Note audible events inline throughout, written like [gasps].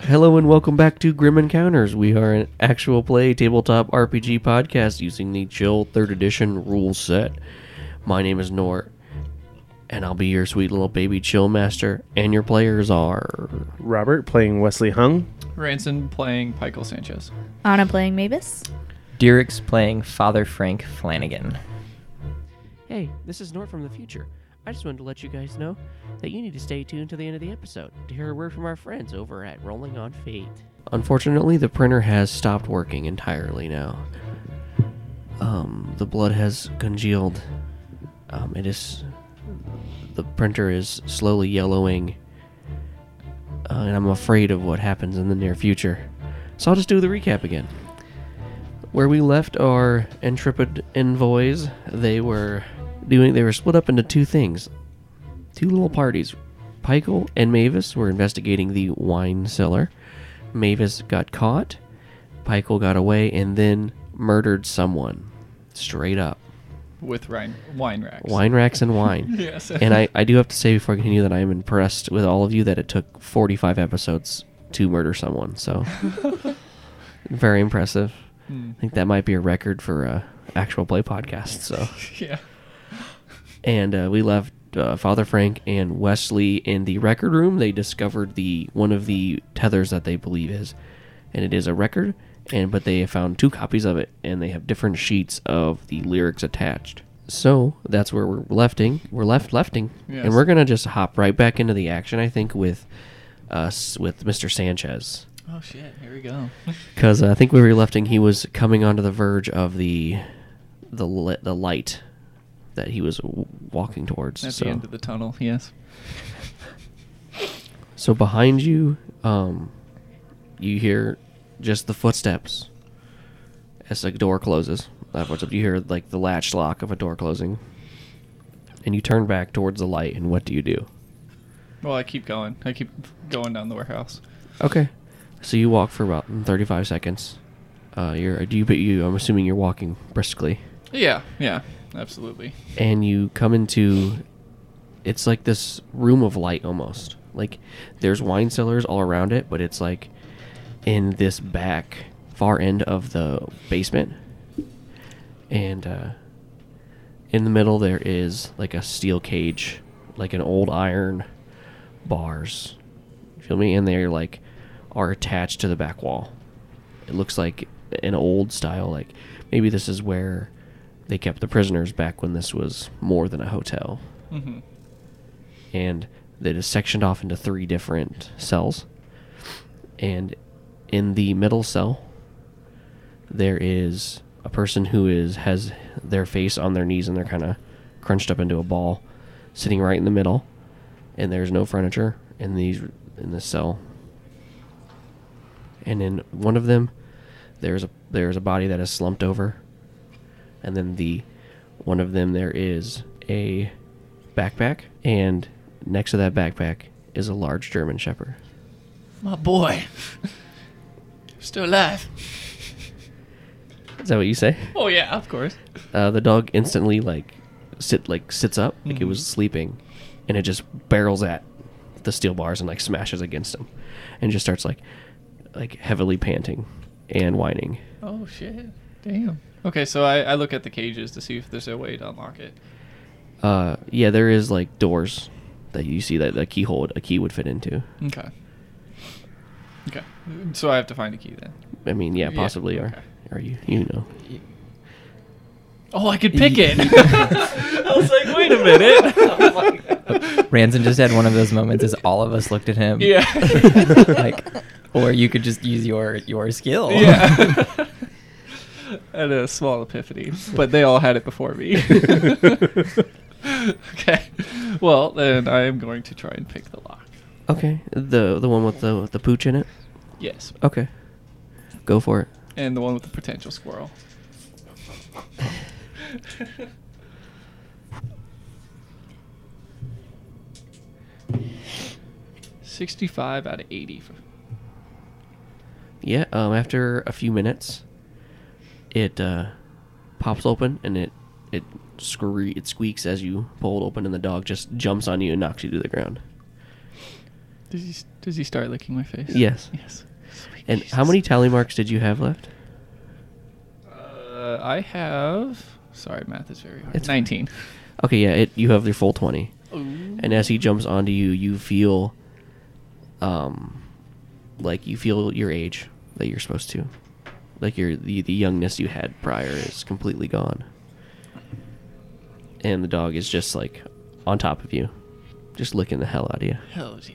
Hello and welcome back to Grim Encounters. We are an actual play tabletop RPG podcast using the Chill 3rd Edition rule set. My name is Nort, and I'll be your sweet little baby chill master, and your players are. Robert playing Wesley Hung. Ranson playing Michael Sanchez. Anna playing Mavis. Derek's playing Father Frank Flanagan. Hey, this is Nort from the future. I just wanted to let you guys know that you need to stay tuned to the end of the episode to hear a word from our friends over at Rolling on Fate. Unfortunately, the printer has stopped working entirely now. Um, the blood has congealed. Um, it is. The printer is slowly yellowing. Uh, and I'm afraid of what happens in the near future. So I'll just do the recap again. Where we left our intrepid envoys, they were doing they were split up into two things. Two little parties. Pikel and Mavis were investigating the wine cellar. Mavis got caught. Pikel got away and then murdered someone. Straight up. With Ryan, wine racks. Wine racks and wine. [laughs] Yes. And I, I do have to say before I continue that I am impressed with all of you that it took 45 episodes to murder someone. [laughs] So very impressive. I think that might be a record for a actual play podcast. [laughs] So [laughs] yeah. and uh, we left uh, Father Frank and Wesley in the record room. They discovered the one of the tethers that they believe is, and it is a record. And but they have found two copies of it, and they have different sheets of the lyrics attached. So that's where we're lefting. We're left lefting, Yes. and we're gonna just hop right back into the action. I think with us with Mr. Sanchez Oh shit! Here we [laughs] go. because I think we were lefting. He was coming onto the verge of the the li- the light that he was w- walking towards. At so. the end of the tunnel. Yes. [laughs] So behind you, um, you hear just the footsteps as a door closes. That footstep you hear like the latch lock of a door closing, and you turn back towards the light. And what do you do? Well, I keep going. I keep going down the warehouse. Okay, so you walk for about thirty-five seconds. Uh, you're do you but you? I'm assuming you're walking briskly, Yeah. Yeah. Absolutely. and you come into. It's like this room of light almost. Like there's wine cellars all around it, but it's like in this back far end of the basement and uh, in the middle there is like a steel cage like an old iron bars You feel me and they're like are attached to the back wall it looks like an old style like maybe this is where they kept the prisoners back when this was more than a hotel hmm and that is sectioned off into three different cells. And in the middle cell, there is a person who is has their face on their knees and they're kind of crunched up into a ball, sitting right in the middle. And there's no furniture in these in this cell. And in one of them, there's a there's a body that is slumped over. And then the one of them there is a backpack, and next to that backpack is a large German Shepherd. My boy. [laughs] Still alive. Is that what you say? Oh yeah. Of course. Uh, the dog instantly like sit like sits up like it was sleeping, and it just barrels at the steel bars and like smashes against him, and just starts like like heavily panting and whining. Oh shit. Damn. Okay, so I, I look at the cages to see if there's a way to unlock it. Uh, yeah, there is like doors that you see that the keyhole a key would fit into. Okay. Okay. So I have to find a key then. I mean, yeah, Yeah, possibly, or okay. or you you know. Oh, I could pick it. I was like, wait a minute. Ranson just had one of those moments as all of us looked at [laughs] him. yeah. like, or you could just use your your skill. [laughs] Yeah. I had a small epiphany, but they all had it before me. okay. Well, then I am going to try and pick the lock. Okay. The the one with the the pooch in it. Yes. Okay. Go for it. And the one with the potential squirrel. [laughs] Sixty-five out of eighty. Yeah. Um. After a few minutes, it uh, pops open and it it scree it squeaks as you pull it open and the dog just jumps on you and knocks you to the ground. Does he does he start licking my face? Yes. Yes. And how many tally marks did you have left? Uh, I have. Sorry, math is very hard. It's It's fine. nineteen. Okay, yeah, it, you have your full 20. And as he jumps onto you, you feel um like you feel your age that you're supposed to. Like your the, the youngness you had prior is completely gone. And the dog is just like on top of you, just licking the hell out of you. Hell yeah.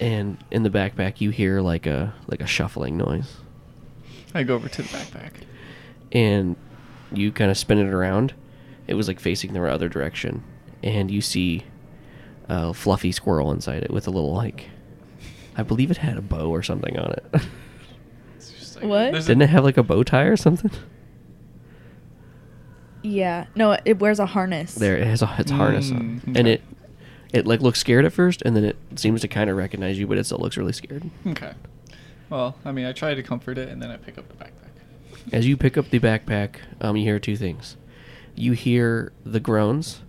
And in the backpack you hear like a like a shuffling noise. I go over to the backpack. and you kind of spin it around. It was like facing the other direction, and you see a fluffy squirrel inside it with a little like, I believe it had a bow or something on it. [laughs] It's just like- What? there's a- Didn't it have like a bow tie or something? [laughs] Yeah. No, it wears a harness. There, it has a, its harness on, and Mm, okay. it it like looks scared at first, and then it seems to kind of recognize you, but it still looks really scared. Okay. Well, I mean, I try to comfort it, and then I pick up the backpack. As you pick up the backpack, um, you hear two things. You hear the groans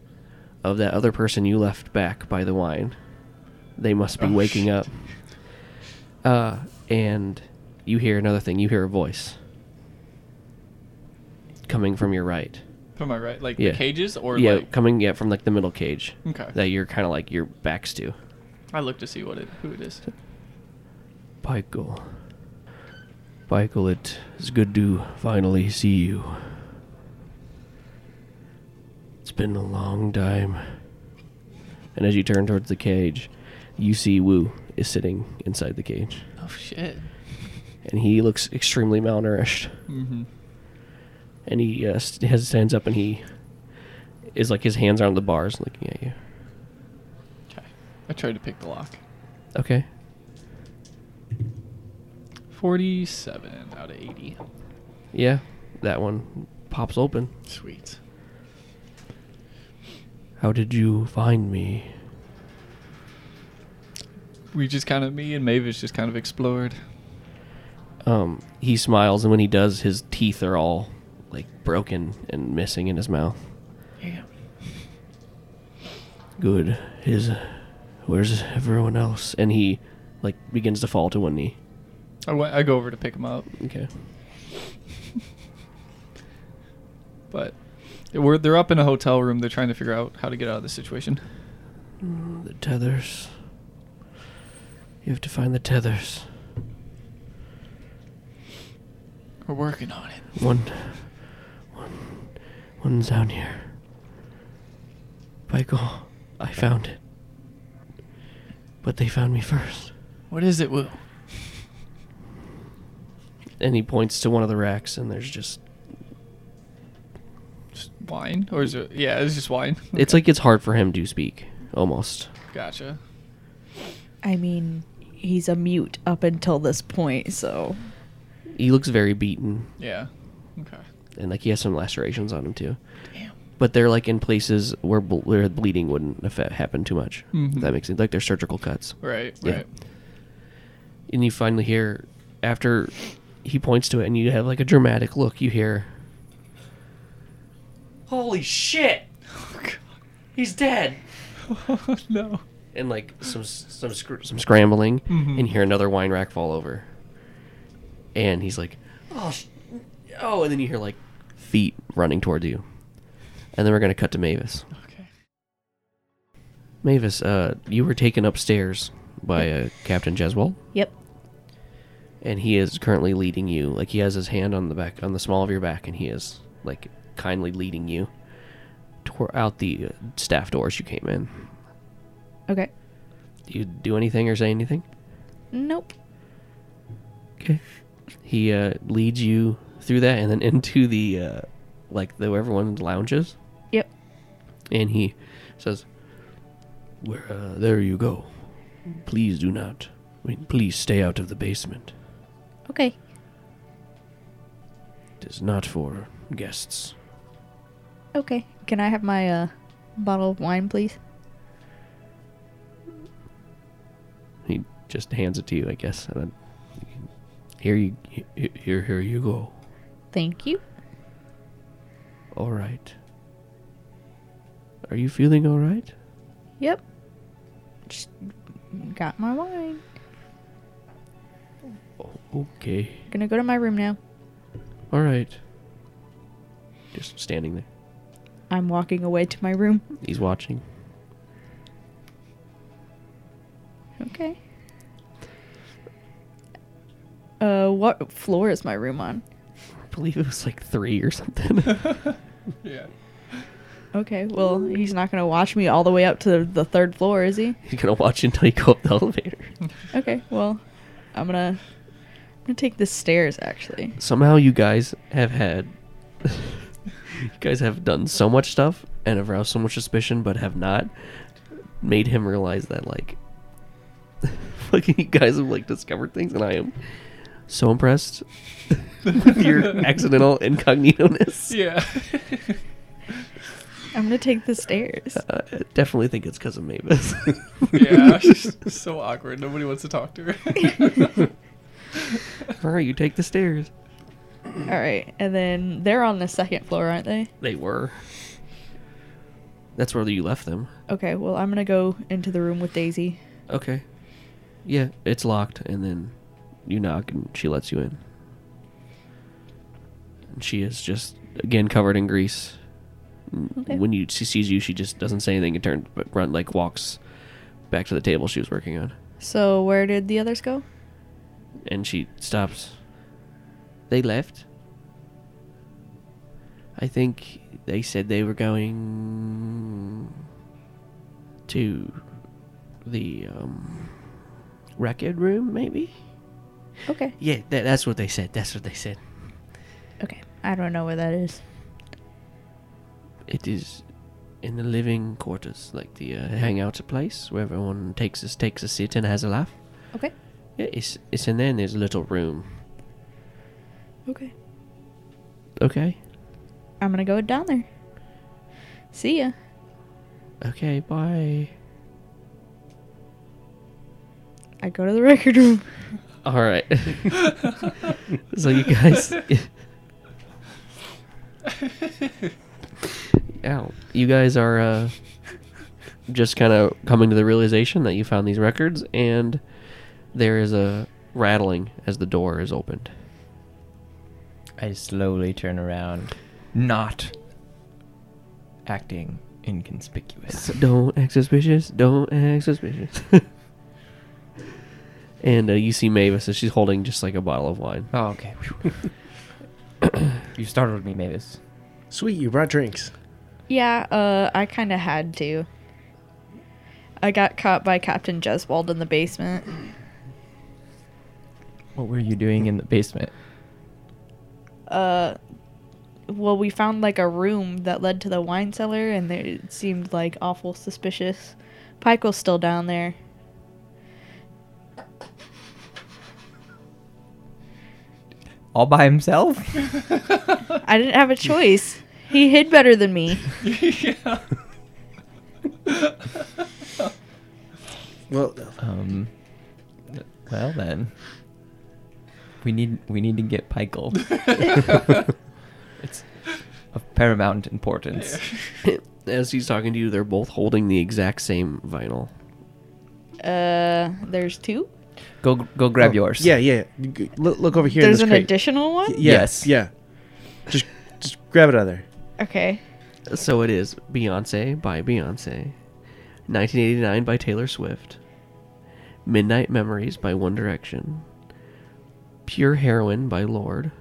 of that other person you left back by the wine. They must be Oh, waking shit. up. Uh, and you hear another thing. You hear a voice coming from your right. From my right, like Yeah. the cages, or yeah, like coming yeah from like the middle cage Okay. that you're kind of like your backs to. I look to see what it who it is. Michael. Michael, it is good to finally see you. It's been a long time. And as you turn towards the cage, you see Wu is sitting inside the cage. Oh shit. And he looks extremely malnourished. Mm-hmm. And he uh, st- has stands up and he is like his hands are on the bars looking at you. Okay. I tried to pick the lock. Okay. Forty-seven out of eighty. Yeah, that one pops open. Sweet. How did you find me? We just kind of me and Mavis just kind of explored. Um, he smiles, and when he does, his teeth are all like broken and missing in his mouth. Yeah. Good. His, where's everyone else? And he, like, begins to fall to one knee. I, went, I go over to pick him up, Okay. but we're they're up in a hotel room. They're trying to figure out how to get out of this situation. The tethers. You have to find the tethers. We're working on it. One, one, one's down here. Michael, I found it. But they found me first. What is it, Will? And he points to one of the racks, and there's just Just wine, or is it? Yeah, it's just wine. It's like it's hard for him to speak, almost. Gotcha. I mean, he's a mute up until this point, so. He looks very beaten, Yeah. Okay. and like he has some lacerations on him too. Damn. But they're like in places where bl- where bleeding wouldn't affect, happen too much. Mhm. If that makes sense. Like they're surgical cuts. Right. Yeah. Right. And you finally hear after he points to it, and you have like a dramatic look. You hear, "Holy shit! He's dead!" Oh no. And like some some scr- some scrambling, Mhm. and you hear another wine rack fall over. And he's like, "Oh, sh- oh!" And then you hear like feet running towards you. And then we're gonna cut to Mavis. Okay. Mavis, uh, you were taken upstairs by uh, Captain Jeswell, Yep. and he is currently leading you. Like he has his hand on the back, on the small of your back, and he is like kindly leading you toward out the uh, staff doors you came in. Okay. Do you do anything or say anything? Nope. Okay. He uh, leads you through that and then into the uh, like the where everyone lounges, Yep. and he says, "Where uh, there you go. Please do not. I mean, please stay out of the basement. Okay. It is not for guests." Okay. Can I have my uh, bottle of wine, please? He just hands it to you, I guess. And then here you here here you go. Thank you. All right. Are you feeling all right? Yep. Just got my wine. Okay. Gonna go to my room now. All right. Just standing there. I'm walking away to my room. [laughs] He's watching. Okay. Uh, what floor is my room on? I believe it was like three or something. [laughs] [laughs] Yeah. Okay, well, he's not gonna watch me all the way up to the third floor, is he? He's gonna watch until you go up the elevator. Okay, well, I'm gonna, I'm gonna take the stairs actually. Somehow you guys have had, you guys have done so much stuff and have aroused so much suspicion, but have not made him realize that like, [laughs] fucking you guys have like discovered things, and I am so impressed with [laughs] your accidental incognito-ness. Yeah. I'm gonna take the stairs. Uh, I definitely think it's because of Mavis. [laughs] [laughs] yeah. She's so awkward. Nobody wants to talk to her. All right, you take the stairs. All right, and then they're on the second floor, aren't they? They were. That's where you left them. Okay, well, I'm gonna go into the room with Daisy. Okay. Yeah, it's locked, and then you knock, and she lets you in. And she is just again covered in grease. N- Okay. When you she sees you, she just doesn't say anything and turns, but run like walks back to the table she was working on, So where did the others go? and she stops. They left. I think they said they were going to the um, record room, maybe. Okay, Yeah, that, that's what they said. That's what they said. okay, I don't know where that is. It is in the living quarters, like the uh, hangout place where everyone takes a, takes a sit and has a laugh. Okay, Yeah, it's it's in there. and There's a little room. okay, Okay, I'm gonna go down there. See ya. okay, bye. I go to the record room. All right. [laughs] so you guys, ow, you guys are uh, just kind of coming to the realization that you found these records, and there is a rattling as the door is opened. [laughs] I slowly turn around, not acting inconspicuous. [laughs] Don't act suspicious. Don't act suspicious. [laughs] and uh, you see Mavis, and she's holding just like a bottle of wine. Oh, [laughs] okay. you startled me, Mavis. [laughs] Sweet, you brought drinks. Yeah, uh, I kind of had to. I got caught by Captain Jeswald in the basement. What were you doing in the basement? Uh, well, we found like a room that led to the wine cellar, and there, it seemed like awful suspicious. Pike was still down there. All by himself? I [laughs] didn't have a choice. He hid better than me. yeah. Well, Um. Well then, we need we need to get Pykel. it's of paramount importance. As he's talking to you, they're both holding the exact same vinyl. Uh, there's two. Go go Oh, grab yours. oh, Yeah, yeah. G- Look, look over here. in There's this an crate. additional Y- one. yeah, Yes. Yeah. Just, just grab it out of there. Okay. So it is Beyonce by Beyonce, 1989 by Taylor Swift, Midnight Memories by One Direction, Pure Heroin by Lord.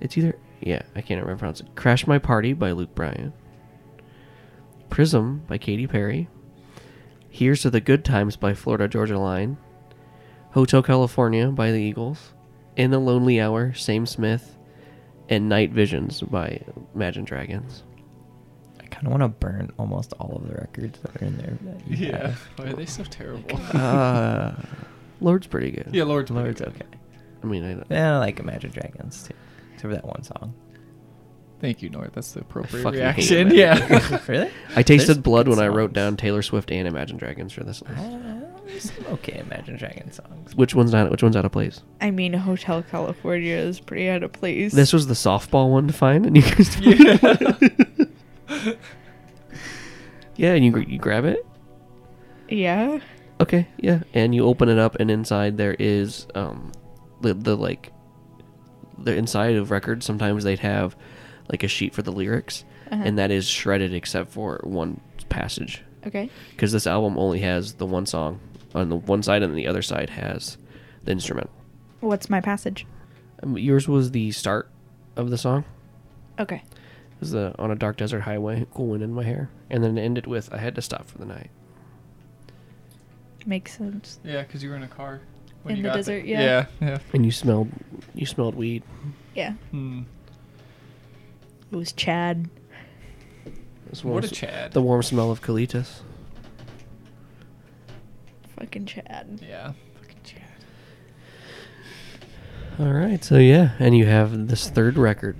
It's either Yeah, I can't remember how it's Crash My Party by Luke Bryan. Prism by Katy Perry. Here's to the Good Times by Florida Georgia Line. Hotel California by the Eagles. In the Lonely Hour, Sam Smith. And Night Visions by Imagine Dragons. I kind of want to burn almost all of the records that are in there. That you Yeah. have. Why are they so terrible? [laughs] Uh, Lord's pretty good. yeah, Lord's pretty Lord's good. okay. I mean, I don't. Yeah, I like Imagine Dragons too. Except for that one song. Thank you, Nord. That's the appropriate fucking hate reaction. Imagine Yeah. really? I tasted There's blood good when I wrote songs. down Taylor Swift and Imagine Dragons for this list. Uh, there's some okay, Imagine Dragons songs. Which one's not? Which one's out of place? I mean, Hotel California is pretty out of place. This was the softball one to find, and you [laughs] guys. [laughs] yeah, and you you grab it. yeah. Okay, yeah, and you open it up, and inside there is um, the, the like, the inside of records. Sometimes they'd have like a sheet for the lyrics, Uh-huh. and that is shredded except for one passage, Okay. because this album only has the one song on the one side, and the other side has the instrumental. What's my passage? Um, yours was the start of the song. Okay. It was the on a dark desert highway, cool wind in my hair, and then it ended with I had to stop for the night. Makes sense. [laughs] yeah, because you were in a car. When In you the got there. desert, yeah. Yeah. Yeah. And you smelled you smelled weed. Yeah. Hmm. It was Chad. It was warm What a s- Chad. The warm smell of colitas. Fucking Chad. yeah. Fucking Chad. All right, so yeah, and you have this third record,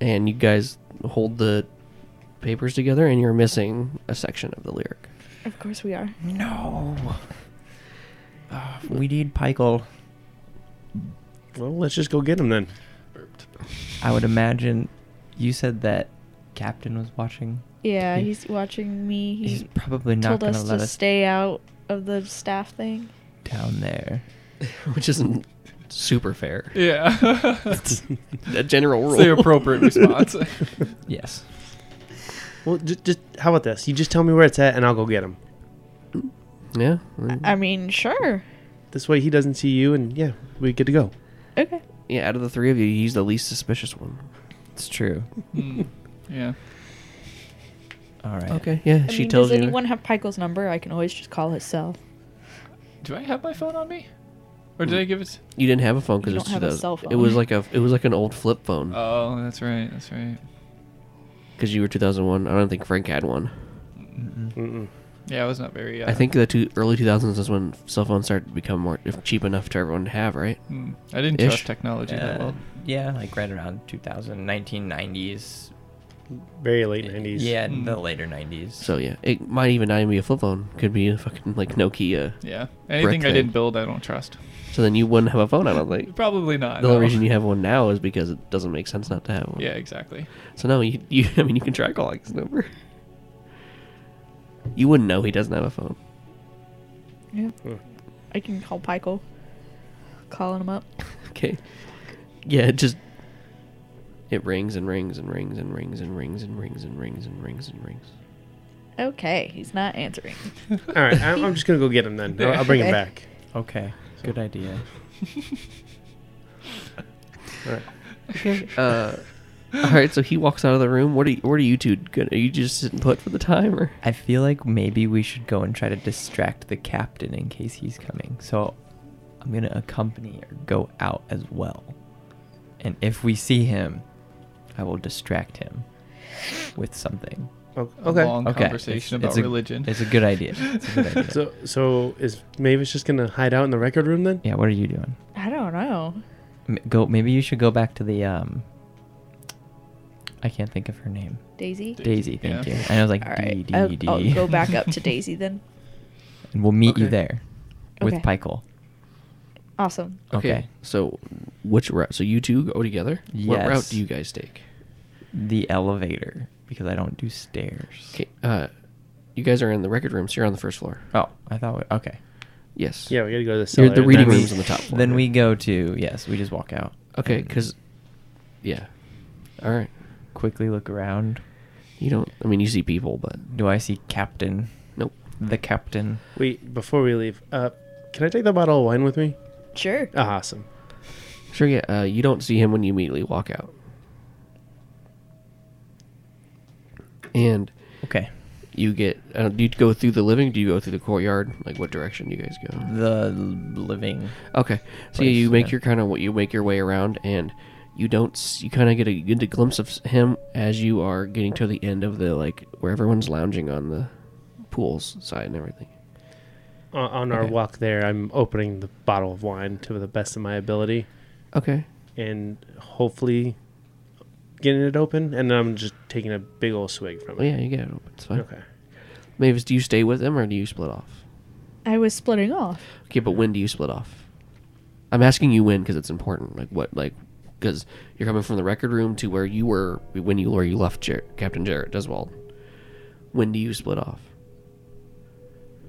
and you guys hold the papers together, and you're missing a section of the lyric. [laughs] Of course we Mm-hmm. are. No. Ah, we need Pykel. Well, let's just go get him then. Burped. I would imagine you said that Captain was watching. Yeah, He- he's watching me. He He's probably not told going to us let to us stay out of the staff thing. down there. Which isn't super fair. [laughs] Yeah. [laughs] That's A general rule. the [laughs] appropriate response. [laughs] Yes. Well, just, just how about this? You just tell me where it's at, and I'll go get him. Yeah. I mean, sure. This way, he doesn't see you, and yeah, we get to go. Okay. Yeah, out of the three of you, he's the least suspicious one. It's true. Hmm. Yeah. All right. Okay, yeah, I she mean, tells does you. anyone have Pikel's number? I can always just call his cell. Do I have my phone on me? Or did I give it? You didn't have a phone because You it was don't have a 2000. cell It phone. was like a it was like an old flip phone Oh, that's right. That's right. because you were 2001. I don't think Frank had one. Mm-hmm. Mm-mm. Yeah, I was not very. Uh, I think the two early 2000s is when cell phones started to become more if cheap enough to everyone to have, right? Hmm. I didn't Ish. trust technology that Uh, well. yeah, like right around 2000, 1990s. Very late '90s. Yeah, Mm. the later 90s. So yeah, it might even not even be a flip phone. Could be a fucking like Nokia. Yeah. Anything I thing. didn't build, I don't trust. So then you wouldn't have a phone. I don't think. Probably not. The only no. reason you have one now is because it doesn't make sense not to have one. Yeah, exactly. So no, you, [laughs] you I mean you can try calling his number. You wouldn't know he doesn't have a phone. Yeah. I can call Pikel. Calling him up. Okay. Yeah, it just it rings and rings and rings and rings and rings and rings and rings and rings and rings. Okay, he's not answering. All right, I'm, I'm just gonna go get him then. I'll, I'll bring him back. Okay. Good idea. All right. [laughs] Okay. Uh all right, so he walks out of the room. What are you, what are you two good? Are you just sitting put for the time or I feel like maybe we should go and try to distract the captain in case he's coming. So I'm going to accompany or go out as well. And if we see him, I will distract him with something. O- A Okay. long Okay. conversation it's- about it's a- religion. It's a good idea. It's [laughs] a good idea. So, so is Mavis just gonna hide out in the record room then? yeah, what are you doing? I don't know. M- Go. Maybe you should go back to the um. I can't think of her name. Daisy? Daisy. Thank Yeah. you. And I was like, All right. D I'll, D Oh, I'll D. go back up to Daisy then. [laughs] And we'll meet you Okay. there, with Oh. Okay. Pykel. Awesome. Okay. So which route? So you two go together? What route Yes. do you guys take? The elevator because I don't do stairs. Okay. Uh you guys are in the record room, so you're on the first floor. Oh, I thought. We, okay. Yes. Yeah, we gotta go to the cellar. You're- the reading Then we- room's on the top floor. Then we go to yes. We just walk out. Okay, and because yeah. All right. quickly look around. You don't. I mean, you see people, but Do I see Captain? nope. The Captain. Wait, before we leave, uh, can I take the bottle of wine with me? Sure. Ah, awesome. Sure. Yeah. Uh, you don't see him when you immediately walk out. And Okay. you get. Uh, do you go through the living? Do you go through the courtyard? Like what direction do you guys go? The living. Okay. So place, you make yeah. your kind of you make your way around, and you don't s- you kind of get a good glimpse of s- him as you are getting to the end of the like where everyone's lounging on the pools side and everything. On, on our Okay. walk there, I'm opening the bottle of wine to the best of my ability Okay. and hopefully getting it open. And then I'm just taking a big old swig from Well, it. yeah, you get it open. It's fine. Okay. Mavis, do you stay with him or do you split off? I was splitting off. Okay, but when do you split off? I'm asking you when because it's important. Like what? Like because you're coming from the record room to where you were when you where you left Jer- Captain Jarrett Deswald. When do you split off?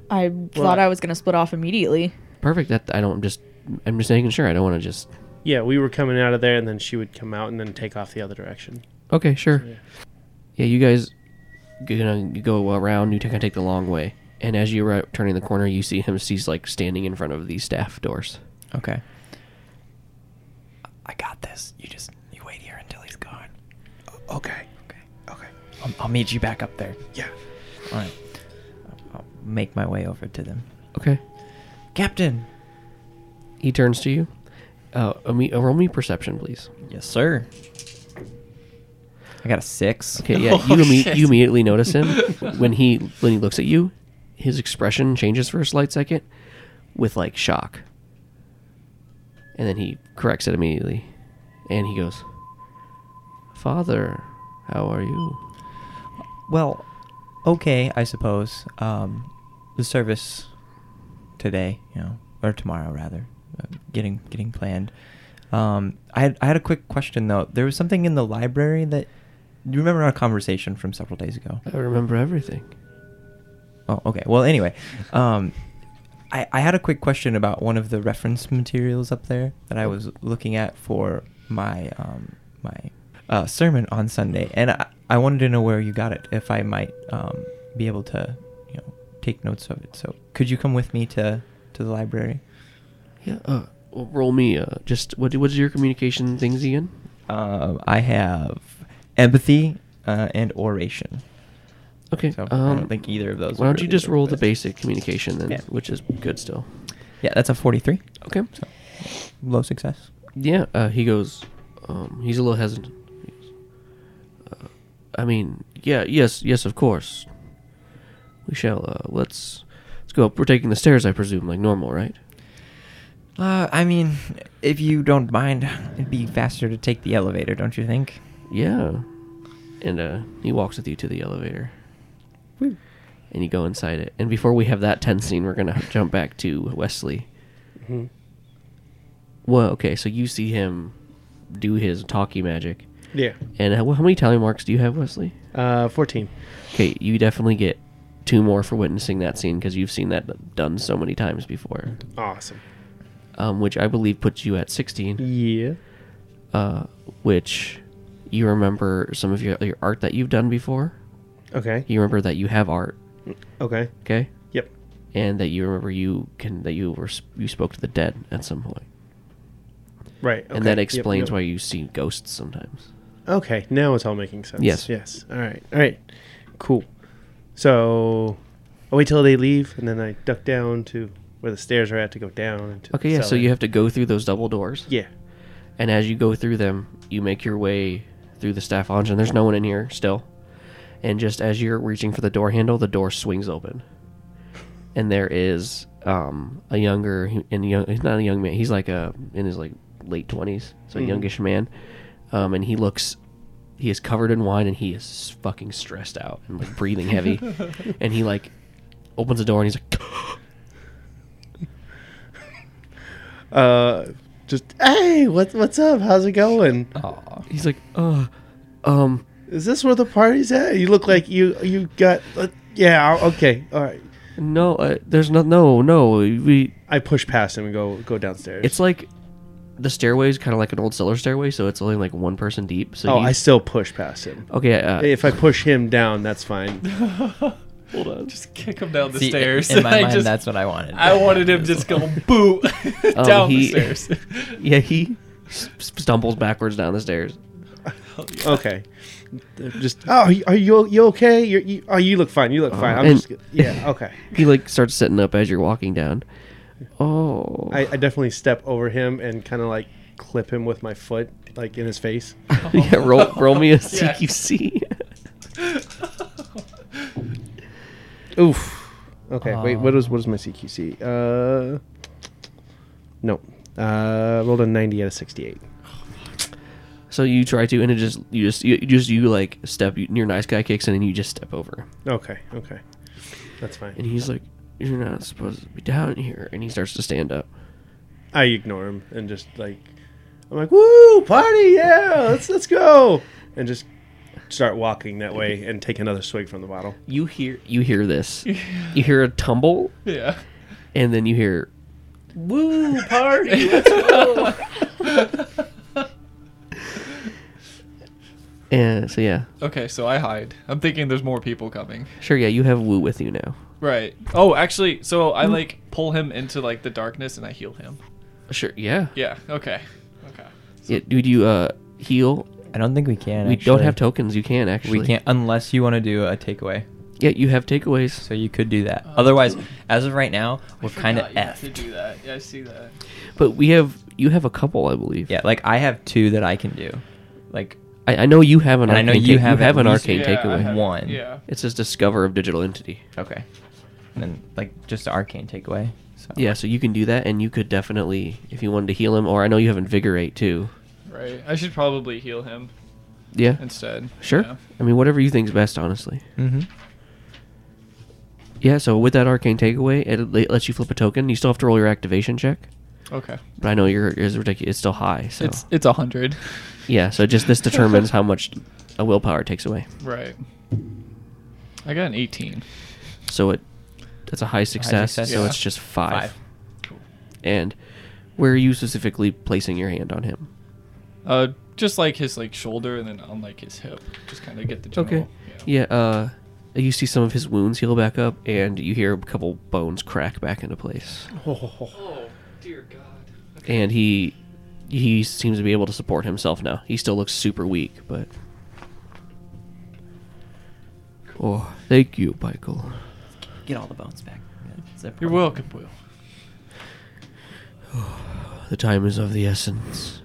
I thought I was gonna split off immediately. Perfect. That I don't. I'm just. I'm just making sure. I don't want to just Yeah, we were coming out of there, and then she would come out and then take off the other direction. Okay, sure. yeah. Yeah, you guys g- gonna go around. You kind of take the long way, and as you're uh, turning the corner, you see him. He's like standing in front of the staff doors. Okay. I got this. You just you wait here until he's gone. Okay. Okay. Okay. I'll, I'll meet you back up there. Yeah. All right. I'll, I'll make my way over to them. Okay. Captain. He turns to you. Uh, uh, me, uh, roll me perception, please. Yes, sir. I got a six. Okay. [laughs] Yeah. [laughs] Oh, you, imme- shit. you immediately notice him when he when he looks at you. His expression changes for a slight second, with like shock, and then he corrects it immediately, and he goes, "Father, how are you?" Well, okay, I suppose. Um, the service today, you know, or tomorrow rather, uh, getting getting planned. Um, I had I had a quick question though. There was something in the library that you remember our conversation from several days ago. I remember everything. Oh, okay. Well, anyway, um, I, I had a quick question about one of the reference materials up there that I was looking at for my um, my uh, sermon on Sunday, and I, I wanted to know where you got it, if I might um, be able to, you know, take notes of it. So, could you come with me to to the library? Yeah. Uh, well, roll me. Uh, just what? What's your communication things again? Um, I have empathy uh, and oration. Okay. So I um, don't think either of those. Why are don't you really just roll the best. basic communication then, Yeah. which is good still. Yeah, that's a forty-three. Okay. Low success. Yeah. Uh, he goes. Um, he's a little hesitant. He goes, uh, I mean, yeah, yes, yes, of course. We shall. Uh, let's let's go up. We're taking the stairs, I presume, like normal, right? Uh, I mean, if you don't mind, it'd be faster to take the elevator, don't you think? Yeah. And uh, he walks with you to the elevator. And you go inside it. And before we have that tense scene, we're going to [laughs] jump back to Wesley. Mhm. Well, okay, so you see him do his talkie magic. Yeah. And uh, how, how many tally marks do you have, Wesley? Uh, 14. Okay, you definitely get two more for witnessing that scene because you've seen that done so many times before, Awesome. um, which I believe puts you at 16. Yeah. uh, which you remember some of your, your art that you've done before. Okay. You remember that you have art, Okay. okay, Yep. and that you remember you can that you were s- you spoke to the dead at some point, Right. Okay. and that explains why you see ghosts sometimes. why. Okay. Now it's all making sense. Yes. Yes. All right. All right. Cool. So I wait till they leave, and then I duck down to where the stairs are at to go down. Into Okay, yeah. So you have to go through those double doors, Yeah. and as you go through them, you make your way through the staff lounge, and there's no one in here still. And just as you're reaching for the door handle, the door swings open, and there is um, a younger and young. He's not a young man. He's like a in his like late twenties, so a youngish man. Um, and he looks, he is covered in wine, and he is fucking stressed out and like breathing heavy. and he like opens the door, and he's like, [gasps] Uh, just hey, what what's up? How's it going? Oh. he's like, uh, um, Is this where the party's at? You look like you you got. Uh, yeah. I'll- Okay. All right. no, uh, there's not, no, no, we I push past him and go go downstairs. It's like the stairway is kind of like an old cellar stairway, so it's only like one person deep. So oh, you, I still push past him. okay. Uh, If I push him down, that's fine. Hold on. Just kick him down the See, stairs. In, in my [laughs] I mind, just, that's Oh, what I wanted. I wanted him just [laughs] go boo down he- the stairs. [laughs] yeah, he s- stumbles backwards down the stairs. Okay. They're just oh, you- are you you okay? You're, you oh, you look fine. You look fine. I'm and- just go- yeah okay. He like starts sitting up as you're walking down. Oh, I, I definitely step over him and kind of like clip him with my foot like in his face. yeah, roll, roll me a Yes. CQC. [laughs] Oof. Okay, wait. What was what is my CQC? Uh, no. Uh, rolled a ninety out of sixty-eight. so you try to, and it just you just you you just you like step. you- Your nice guy kicks in, and you just step over. Okay, okay, that's fine. And he's like, "You're not supposed to be down here." And he starts to stand up. I ignore him and just like I'm like, woo, party, yeah, let's let's go, and just start walking that way and take another swig from the bottle. You hear you hear this. you hear a tumble, Yeah. and then you hear Woo, party! [laughs] and so yeah, Okay, so I hide. I'm thinking there's more people coming. sure yeah, you have Woo with you now. Right. Oh, actually, so I Hmm. like pull him into like the darkness and I heal him. Sure yeah. Yeah. Okay. Okay. yeah dude, you uh heal. I don't think we can. We don't actually. have tokens. You can actually. We can't unless you want to do a takeaway. Yeah, you have takeaways. So you could do that. Otherwise, as of right now, we're kind of To effed. do that. Yeah, I see that. But we have you have a couple, I believe. Yeah, like I have two that I can do. Like I, I know you have an. And I arcane know you take- have you at have an least- arcane Yeah, takeaway. have- one. Yeah. It says discover of digital entity. okay, and then like just arcane takeaway. So Yeah, so you can do that, and you could definitely, if you wanted to heal him, or I know you have invigorate too. Right. I should probably heal him Yeah, instead. sure. Yeah. I mean, whatever you think's best, honestly. [laughs] Mm-hmm. Yeah, so with that arcane takeaway, it l- lets you flip a token. You still have to roll your activation check, Okay. but I know your is ridiculous. It's still high, so It's it's a hundred. yeah. So just this determines how much a willpower takes away. Right. I got an eighteen. So it that's a high success. success, so yeah. it's just five. Five. And where are you specifically placing your hand on him? Uh, just like his like shoulder and then on like his hip, just kind of get the general. Okay. Yeah. Yeah, uh you see some of his wounds heal back up and you hear a couple bones crack back into place. Oh dear God. And he he seems to be able to support himself now. He still looks super weak, but Oh, thank you, Michael. Get all the bones back. That's it. You're welcome, Will. The time is of the essence.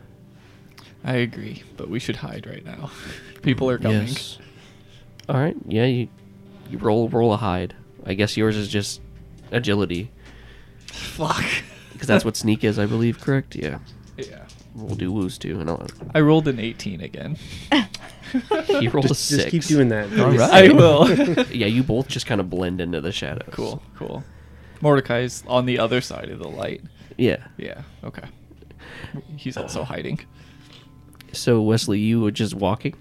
I agree, but we should hide right now. [laughs] People are coming. Yes. All right. Yeah. You, you roll roll a hide. I guess yours is just agility [laughs] Fuck. because [laughs] that's what sneak is, I believe. Correct. Yeah. Yeah. We'll do woos too, and I'll, I rolled an 18 again. [laughs] he rolled [laughs] Just, a just six. keep doing that. All right. [laughs] I will. Yeah, you both just kind of blend into the shadows. cool. Cool. Mordecai's on the other side of the light. Yeah. Yeah. Okay. He's [laughs] also hiding. So Wesley, you were just walking.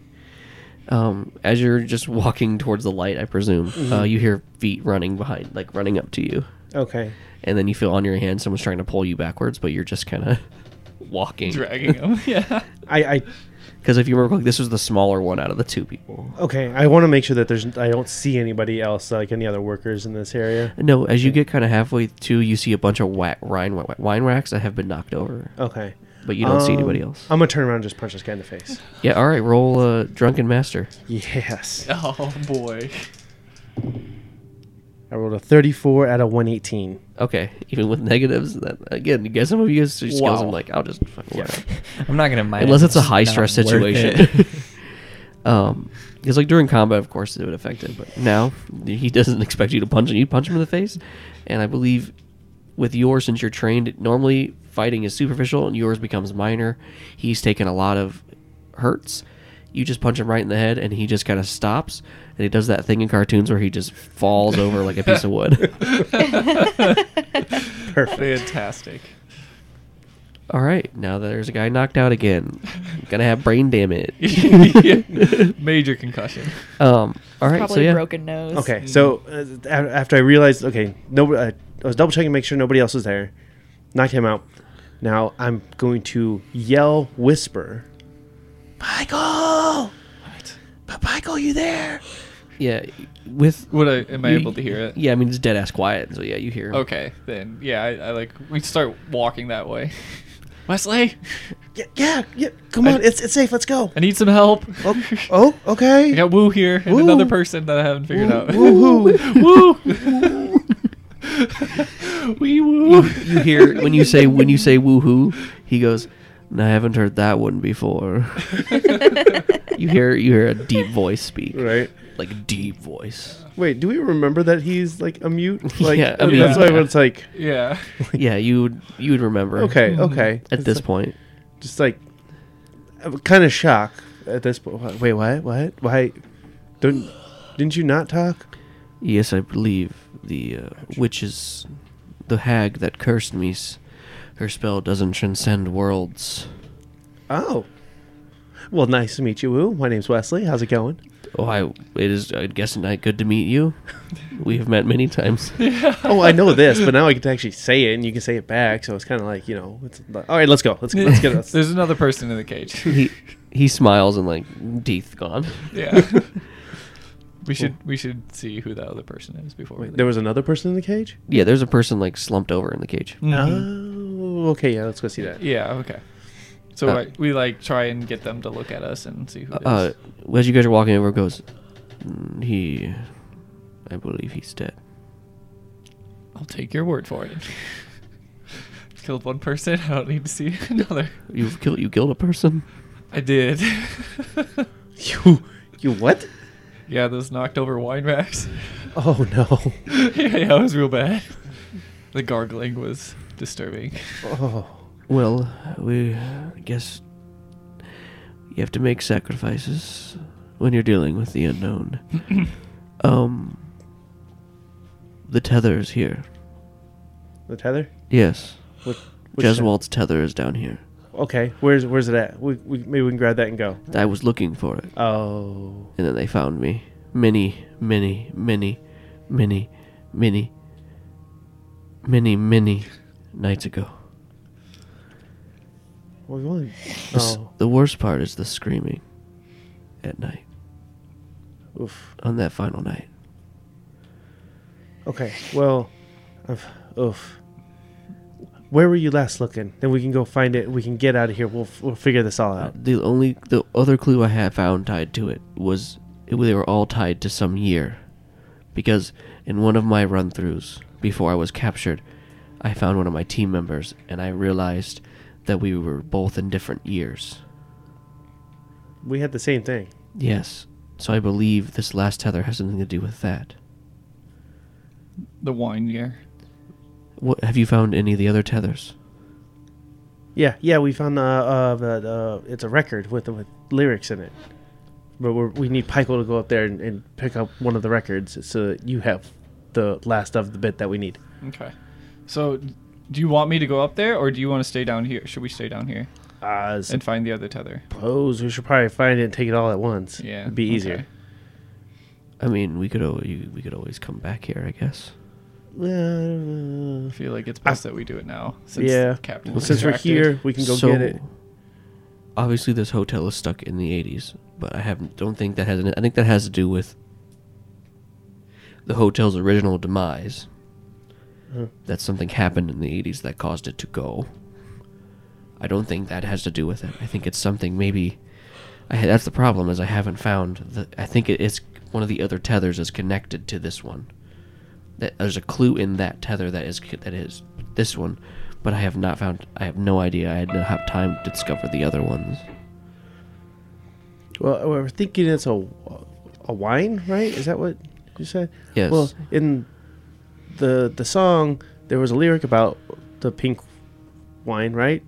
Um, as you're just walking towards the light, I presume uh, Mm-hmm. you hear feet running behind, like running up to you, Okay. and then you feel on your hand someone's trying to pull you backwards, but you're just kind of [laughs] walking. Dragging him. [laughs] [laughs] Yeah. I, I Because if you remember, like, this was the smaller one out of the two people. okay. I want to make sure that there's I don't see anybody else like any other workers in this area. No, as you get kind of halfway to, you see a bunch of wa- wine, wa- wine racks that have been knocked over, Okay. but you don't see Um, anybody else. I'm gonna turn around and just punch this guy in [laughs] the face. yeah, all right, roll uh, drunken master. Yes. Oh boy. I rolled a 34 out of 118. Okay, even with negatives, that again, you guys, some of you guys just skills. I'm Wow. like, I'll just fucking whatever. [laughs] I'm not gonna mind unless it. it's a high not stress worth situation. [laughs] [laughs] it. um, because like during combat, of course, it would affect it, but now he doesn't expect you to punch him. You punch him in the face, and I believe with yours, since you're trained, normally fighting is superficial, and yours becomes minor. He's taken a lot of hurts. You just punch him right in the head, and he just kind of stops, and he does that thing in cartoons where he just falls over like a piece of [laughs] wood. [laughs] Perfect. Fantastic. All right, now there's a guy knocked out [laughs] again. Gonna have brain [laughs] damage. [laughs] Major concussion. Um, all right, Probably so yeah. broken nose. Okay, so uh, a- after I realized, okay, no, I was double checking to make sure nobody else was there. Knocked him out. Now I'm going to yell, whisper. Michael, but Michael, you there? Yeah, with Would I? Am I You- able to hear it? yeah, I mean it's dead ass quiet, so yeah, you hear. him. Okay. Then yeah, I, I like we start walking that way. [laughs] Wesley, Yeah, yeah, yeah. Come I- on, it's it's safe. Let's go. I need some help. Oh, [laughs] oh okay. I got Woo here and Woo. another person that I haven't figured out. Woohoo! Woo! Wee [laughs] woo! You [laughs] hear when you say when you say woohoo, he goes, "No, "I haven't heard that one [laughs] before." you hear you hear a deep voice speak, right. like deep voice. Wait, do we remember that he's like a [laughs] mute? Like Yeah, a that's mute, why yeah. it's like Yeah. Yeah, you would you would remember. okay, Hmm. okay. At It's this like- point, just like I'm kind of shocked at this point. Wait, what? What? Why? Don't didn't you not talk? yes, I believe the uh, witch is the hag that cursed me. s- Her spell doesn't transcend worlds. Oh. Well, nice to meet you, Woo. My name's Wesley. How's it going? Oh, I it is. I guess not good to meet you. We have met many times. Oh, I know this, but now I can actually say it, and you can say it back. So it's kind of like you know. It's like, all right, let's go. Let's let's get [laughs] us. There's another person in the cage. he he smiles and like teeth gone. [laughs] Yeah. we should we should see who that other person is before we Wait, leave. there was another person in the cage. Yeah, there's a person like slumped over in the cage. Mm, Mm-hmm. Oh, okay. Yeah, let's go see that. Yeah, okay. So Uh, I, we like try and get them to look at us and see who it is. Uh, as you guys are walking over, goes, "Mm, he, I believe he's dead. I'll take your word for it. [laughs] Killed one person, I don't need to see [laughs] another. You've killed you killed a person. [laughs] I did. [laughs] You you what? yeah, those knocked over wine racks. [laughs] Oh no. yeah, yeah, it was real bad. The gargling was disturbing. Oh. Well, we I guess you have to make sacrifices when you're dealing with the [clears throat] unknown. um, the tether is here. The tether. Yes, What? which tether? Jeswald's tether is down here. Okay. Where's where's it at? We, we maybe we can grab that and go. I was looking for it, Oh. and then they found me. Many, many, many, many, many, many, many nights ago. Well, we only- The s- Oh, The worst part is the screaming at night, oof. on that final night. Okay. Well, oof, oof. Where were you last looking? Then we can go find it. We can get out of here. We'll f- we'll figure this all out. The only, the other clue I had found tied to it was it, they were all tied to some year. Because in one of my run throughs, before I was captured, I found one of my team members and I realized that we were both in different years. We had the same thing. Yes, so I believe this last tether has something to do with that. The wine year. What, have you found any of the other tethers? Yeah, yeah. We found uh, uh, the- uh it's a record with with lyrics in it. But we're, we need Pykel to go up there and, and pick up one of the records so that you have the last of the bit that we need. Okay. So do you want me to go up there or do you want to stay down here? Should we stay down here Uh, and find the other tether? suppose we should probably find it and take it all at once. Yeah. It'd be okay. easier. I mean, we could al- you- we could always come back here, I guess. Uh, I feel like it's best that we do it now. Since yeah. the Captain Well, was since we're distracted. here, we can go get it. Obviously, this hotel is stuck in the '80s, but I haven't. Don't think that has. Any, I think that has to do with the hotel's original demise. That something happened in the '80s that caused it to go. I don't think that has to do with it. I think it's something maybe. I, ha- that's the problem is I haven't found. The, I think it, it's one of the other tethers is connected to this one. That there's a clue in that tether that is that is this one, but I have not found. I have no idea. I did not have time to discover the other ones. Well, we're thinking it's a a wine, right? Is that what you said? Yes. Well, in the the song, there was a lyric about the pink wine, right?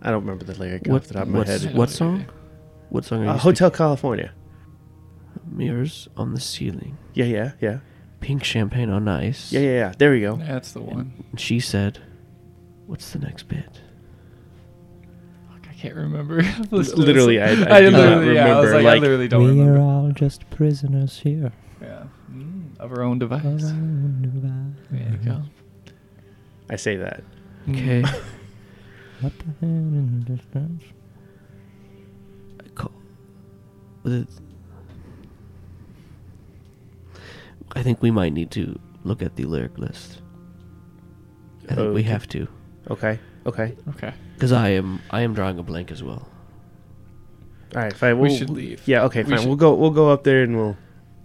I don't remember the lyric off the top of my what's- head. What song? What song are Uh, you Hotel California. speaking? Mirrors on the ceiling, Yeah, yeah, yeah, pink champagne on ice. yeah, yeah, yeah. There we go. That's the one. And she said, "What's the next bit?" Fuck, I can't remember. [laughs] I've listened to Literally, I, this. I, do not literally- yeah, [laughs] I was remember. like, I like, literally don't we are remember. all just prisoners here. Yeah. Mm, of our own device. of our own device. There you go. I say that. [laughs] Okay. What the hell in the distance? I call- the- I think we might need to look at the lyric list. I think we Okay. have to. Okay. Okay. Okay. Because I am I am drawing a blank as well. All right. Fine. We We'll, should leave. Yeah. Okay. We Fine. should- We'll go. We'll go up there and we'll.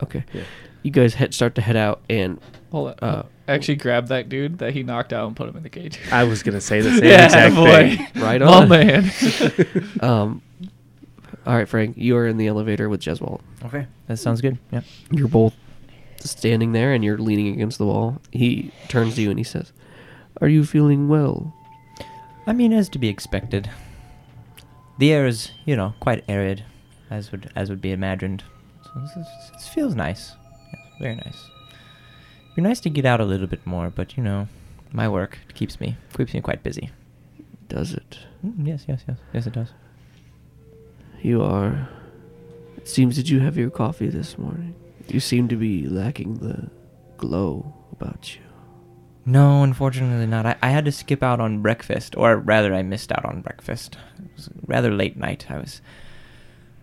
Okay. Yeah. You guys head start to head out, and Hold up. Uh, Actually, grab that dude that he knocked out and put him in the cage. [laughs] I was gonna say the same Yeah, exact boy. thing. [laughs] right Oh on. [laughs] man. Um, all right, Frank, you are in the elevator with Jeswald. Okay. That sounds good. Yeah. You're both standing there, and you're leaning against the wall. He turns to you and he says, "Are you feeling well?" I mean, as to be expected. The air is, you know, quite arid, as would as would be imagined. So this, is, this feels nice. Yes, very nice. It'd be nice to get out a little bit more, but you know, my work keeps me keeps me quite busy. Does it? Mm, yes, yes, yes, yes, it does. You are. It seems that you have your coffee this morning. You seem to be lacking the glow about you. No, unfortunately not. I, I had to skip out on breakfast, or rather, I missed out on breakfast. It was a rather late night. I was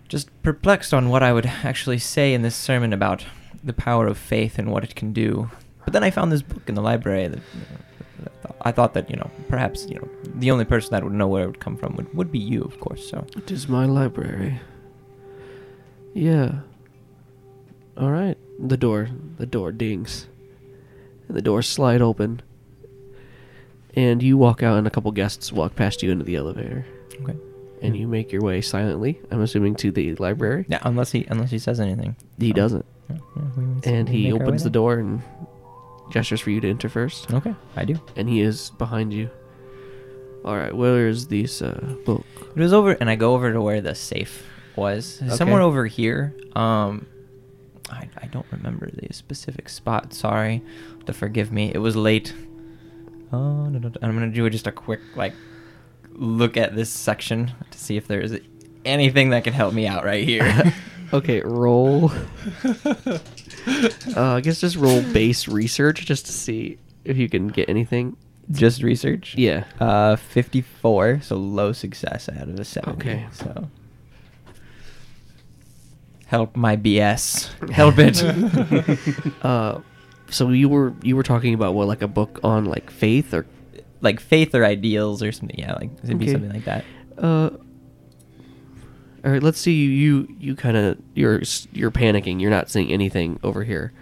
just perplexed on what I would actually say in this sermon about the power of faith and what it can do. But then I found this book in the library that you know, I thought that you know perhaps you know the only person that would know where it would come from would, would be you, of course. So It is my library. Yeah. All right. The door, the door dings, and the doors slide open, and you walk out, and a couple guests walk past you into the elevator, okay. and you make your way silently. I'm assuming to the library. Yeah, unless he unless he says anything, He So, doesn't, yeah, yeah, we- we- and we he make our way opens the there. door and gestures for you to enter first. Okay, I do. and he is behind you. All right, where is this uh, book? It was over, and I go over to where the safe was. Somewhere Okay. over here. Um, I, I don't remember the specific spot. Sorry, to forgive me. It was late. Oh, no, no, no. I'm gonna do just a quick like look at this section to see if there is anything that can help me out [laughs] right here. Okay, roll. uh, I guess just roll base research just to see if you can get anything. just research. Yeah. Uh, 54. So low success out of the 70. Okay. So. Help [laughs] my BS. Help it. [laughs] Uh, so you were you were talking about what like a book on like faith or like faith or ideals or something. Yeah, like it'd be Okay. something like that. uh. All right, let's see. You you kind of you're s- you're panicking. You're not seeing anything over here,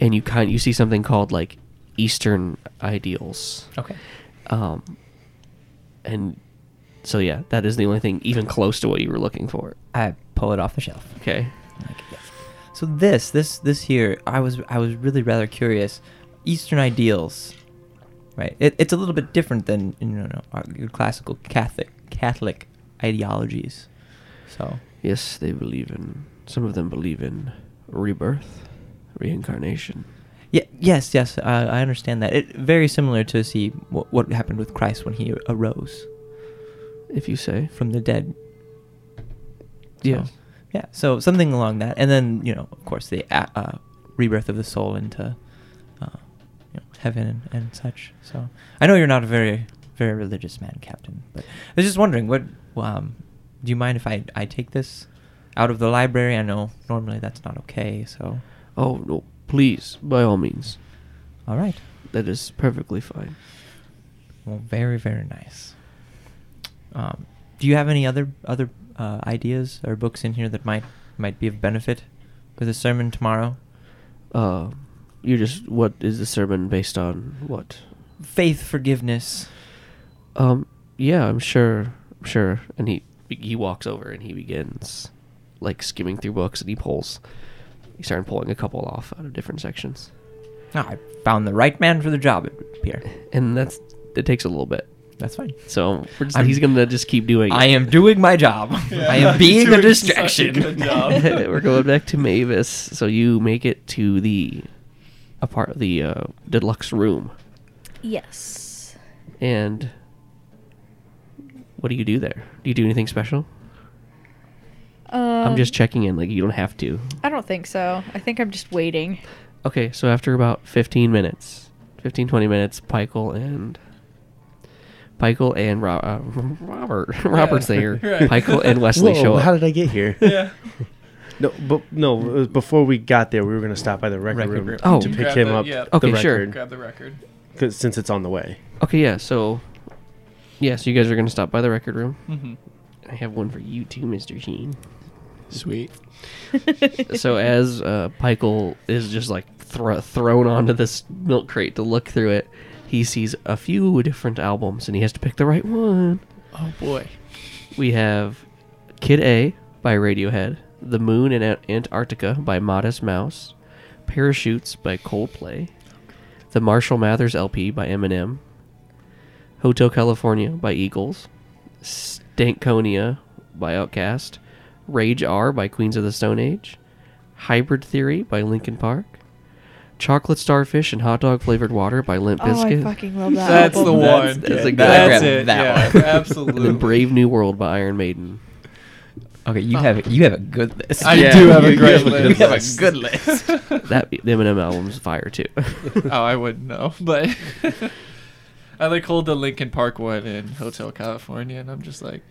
and you kind you see something called like Eastern ideals. Okay. Um, and so yeah, that is the only thing even close to what you were looking for. I pull it off the shelf. Okay. Like, yes. So this, this, this here, I was, I was really rather curious. Eastern ideals, right? It, it's a little bit different than you know, our your classical Catholic Catholic ideologies. So Yes, they believe in. Some of them believe in rebirth, reincarnation. yeah, yes, yes, uh, I, I understand that. It very similar to see what, what happened with Christ when he arose If you say. from the dead. Yeah. So, yeah. So something along that, and then you know, of course, the uh, uh, rebirth of the soul into uh, you know, heaven and, and such. So I know you're not a very very religious man, Captain, but I was just wondering, what um, do you mind if I I take this out of the library? I know normally that's not okay. So Oh no! Please, by all means, all right. that is perfectly fine. Well, very very nice. Um, do you have any other other uh, ideas or books in here that might might be of benefit for the sermon tomorrow? Uh, you just what is the sermon based on? What? faith, forgiveness. Um. Yeah, I'm sure. I'm sure. And he he walks over and he begins like skimming through books and he pulls. He started pulling a couple off out of different sections. Ah, I found the right man for the job, it would appear. and that's it takes a little bit. That's fine. So we're just, I'm- he's gonna just keep doing. [laughs] I am doing my [laughs] job. I am being a Doing distraction. such a good job. it. [laughs] we're going back to Mavis. So you make it to the a part of the uh, deluxe room, Yes. and what do you do there? Do you do anything special? Um, I'm just checking in. Like you don't have to. I don't think so. I think I'm just waiting. Okay, so after about 15 minutes, 15, 20 minutes, Pikel and. Pikel and Ro- uh, [laughs] Robert. [laughs] Robert's there. [laughs] right. Pikel and Wesley Whoa, show up. how did I [laughs] get here? yeah. No, but no. it was Before we got there, we were gonna stop by the record, Record room, room. Oh. to You pick grab him the- up. yeah. Okay, the sure. record, Grab the record. 'cause- since it's on the way. Okay, yeah, so Yeah, so you guys are going to stop by the record room. hmm I have one for you too, Mr. Sheen. Sweet. so as uh, Pikel is just like thro- thrown onto this milk crate to look through it, he sees a few different albums and he has to pick the right one. Oh boy. We have Kid A by Radiohead, The Moon in An- Antarctica by Modest Mouse, Parachutes by Coldplay, the Marshall Mathers LP by Eminem, Hotel California by Eagles, Stankonia by Outkast, Rage R by Queens of the Stone Age, Hybrid Theory by Linkin Park, Chocolate Starfish and Hot Dog Flavored Water by Limp Oh, I Bizkit. fucking love that. That's the album. one. That's- that's a good- grab it. that yeah, [laughs] one. and then absolutely. Brave New World by Iron Maiden. [laughs] Okay, you have you have a good list. I do have a You great you list. have a [laughs] good list. That the Eminem album's fire too. oh, I wouldn't know, but [laughs] I like hold the Lincoln Park one in Hotel California, and I'm just like,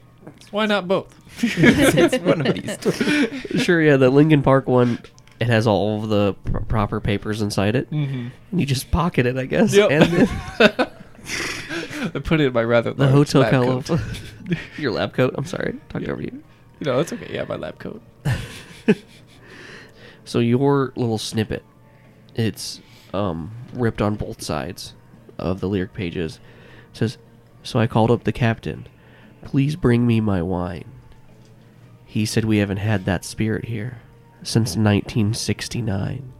why not [laughs] both? [laughs] [laughs] it's one of these. Two. sure, yeah, the Linkin Park one. It has all of the pr- proper papers inside it. Mm-hmm. And you just pocket it, I guess. Yep. And then- I put it in my rather The large Hotel lab coat. California. Your lab coat. I'm sorry, talked over you. [laughs] You know, it's okay. Yeah, my lab coat. So your little snippet, it's um, ripped on both sides of the lyric pages. It says, "So I called up the captain. Please bring me my wine." He said we haven't had that spirit here since 1969.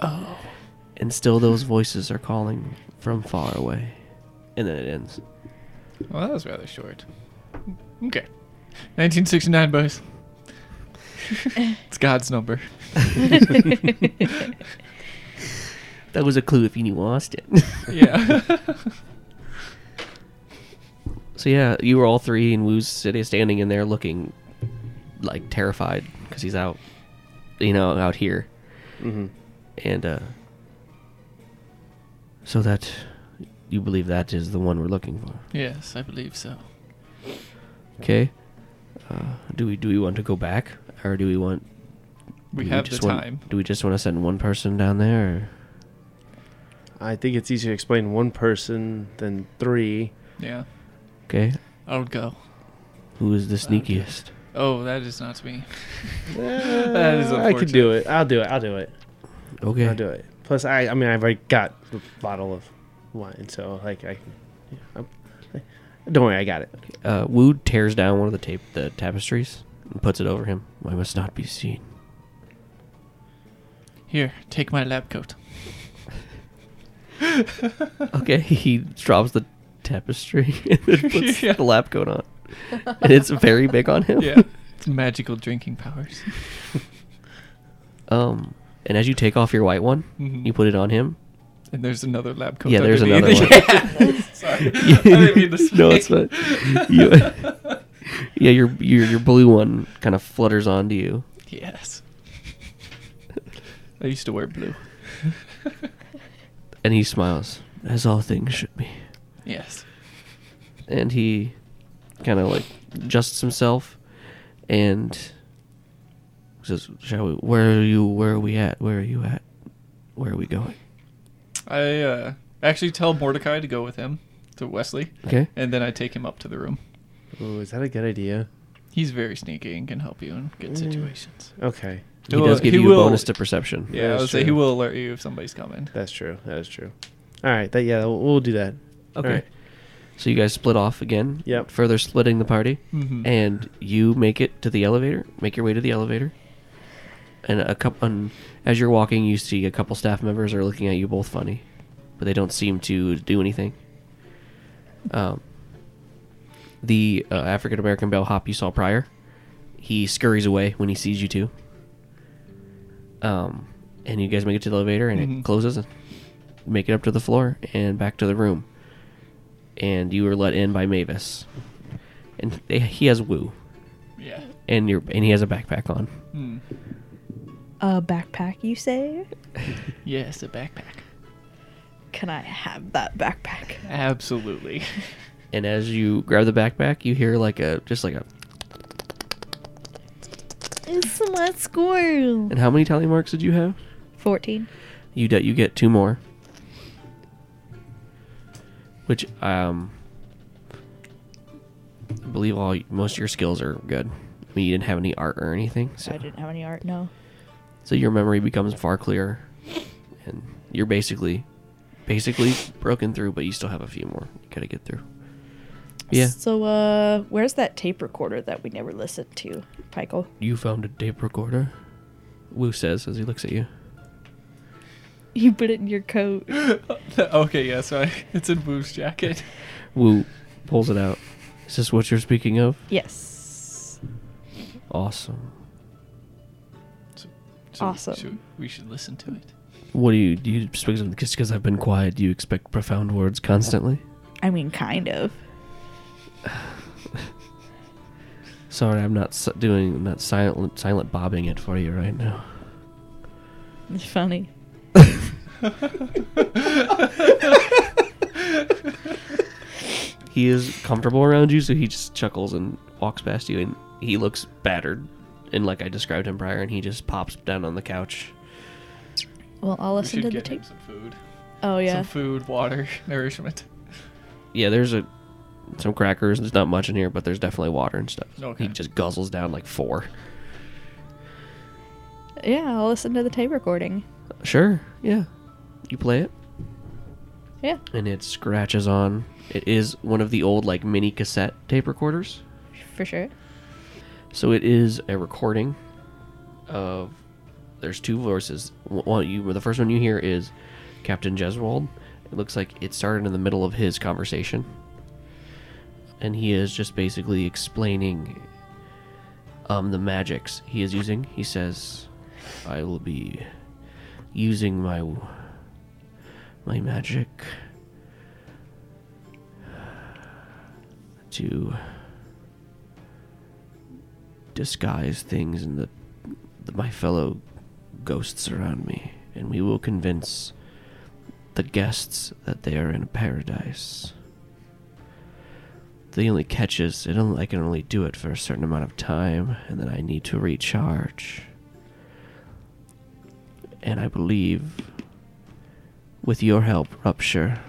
Oh. And still those voices are calling from far away. And then it ends. Well, that was rather short. Okay, 1969, [laughs] boys. it's God's number. That was a clue if you knew Austin. [laughs] Yeah. So yeah, you were all three, and Wu's sitting, standing in there, looking like terrified because he's out, you know, out here, Mhm. and uh, so that you believe that is the one we're looking for. [laughs] yes, I believe so. Okay, uh, do we do we want to go back, or do we want? We do have the just want- time. do we just want to send one person down there? Or? I think it's easier to explain one person than three. Yeah, Okay, I'll go. who is the Okay. sneakiest? Oh, that is not me. [laughs] that Eh, is I could do it. I'll do it. I'll do it. Okay, I'll do it. Plus, I I mean, I've already got a bottle of wine, so like I, yeah, I'm, I don't worry, I got it. Uh, Wu tears down one of the tape, the tapestries, and puts it over him. I must not be seen. Here, take my lab coat. Okay, [laughs] he drops the tapestry [laughs] and then puts [laughs] Yeah. the lab coat on. And it's very big on him. Yeah, [laughs] it's magical drinking powers. [laughs] Um, and as you take off your white one, Mhm. you put it on him. And there's another lab coat. Yeah, there's underneath. another [laughs] Yeah. [laughs] Sorry, [laughs] I didn't mean to no, say. it's [laughs] fine. You, [laughs] yeah, your, your your blue one kind of flutters onto you. Yes. I used to wear blue. And he smiles, as all things should be. Yes. and he kind of like adjusts himself and says, "Shall we? Where are you? Where are we at? Where are you at? Where are we going?" I uh, actually tell Mordecai to go with him to Wesley, Okay. and then I take him up to the room. Ooh, is that a good idea? He's very sneaky and can help you in good situations. Okay, He Well, does give he you will- a bonus to perception. Yeah, I that's would say he true. will alert you if somebody's coming. that's true. That is true. All right, that yeah, we'll, we'll do that. Okay. Alright. So you guys split off again. Yep. Further splitting the party, Mhm. and you make it to the elevator. Make your way to the elevator. And a couple, and as you're walking, you see a couple staff members are looking at you both funny, but they don't seem to do anything. Um, the uh, African American bellhop you saw prior, he scurries away when he sees you two. Um, and you guys make it to the elevator, and Mhm. it closes, and make it up to the floor, and back to the room. And you are let in by Mavis, and they, he has woo, Yeah. and you're and he has a backpack on. Hmm. A backpack, you say? Yes, a backpack. Can I have that backpack? Absolutely. And as you grab the backpack, you hear like a just like a. It's my squirrel. And how many tally marks did you have? Fourteen. You get you get two more. Which um I believe all most of your skills are good. I mean, you didn't have any art or anything, so I didn't have any art. No. so your memory becomes far clearer, and you're basically, basically broken through, but you still have a few more you gotta get through. Yeah, So, uh, where's that tape recorder that we never listened to, Pikel? you found a tape recorder. Wu says as he looks at you. You put it in your coat. [laughs] okay, yeah, sorry. It's in Boo's jacket. Wu pulls it out. Is this what you're speaking of? Yes. Awesome. So Awesome. should- we should listen to it. What do you do? You expect just because I've been quiet, do you expect profound words constantly? I mean, kind of. Sorry, I'm not si- doing I'm not silent silent bobbing it for you right now. It's funny. He is comfortable around you, so he just chuckles and walks past you, and he looks battered, and like I described him prior, and he just pops down on the couch. Well, I'll We listen should to the get him tape. some food. Oh yeah. Some food, water, [laughs] nourishment. Yeah, there's a some crackers. There's not much in here, but there's definitely water and stuff. Okay. He just guzzles down like four. Yeah, I'll listen to the tape recording. Sure, yeah. You play it, Yeah. and it scratches on. It is one of the old like mini cassette tape recorders. For sure. So it is a recording of. There's two verses. One, you, the first one you hear is Captain Jeswold. It looks like it started in the middle of his conversation, and he is just basically explaining um, the magics he is using. He says, "I will be using my my magic to." disguise things and the, the my fellow ghosts around me and we will convince the guests that they are in a paradise the only catch is it only, i can only do it for a certain amount of time and then i need to recharge and i believe with your help rupture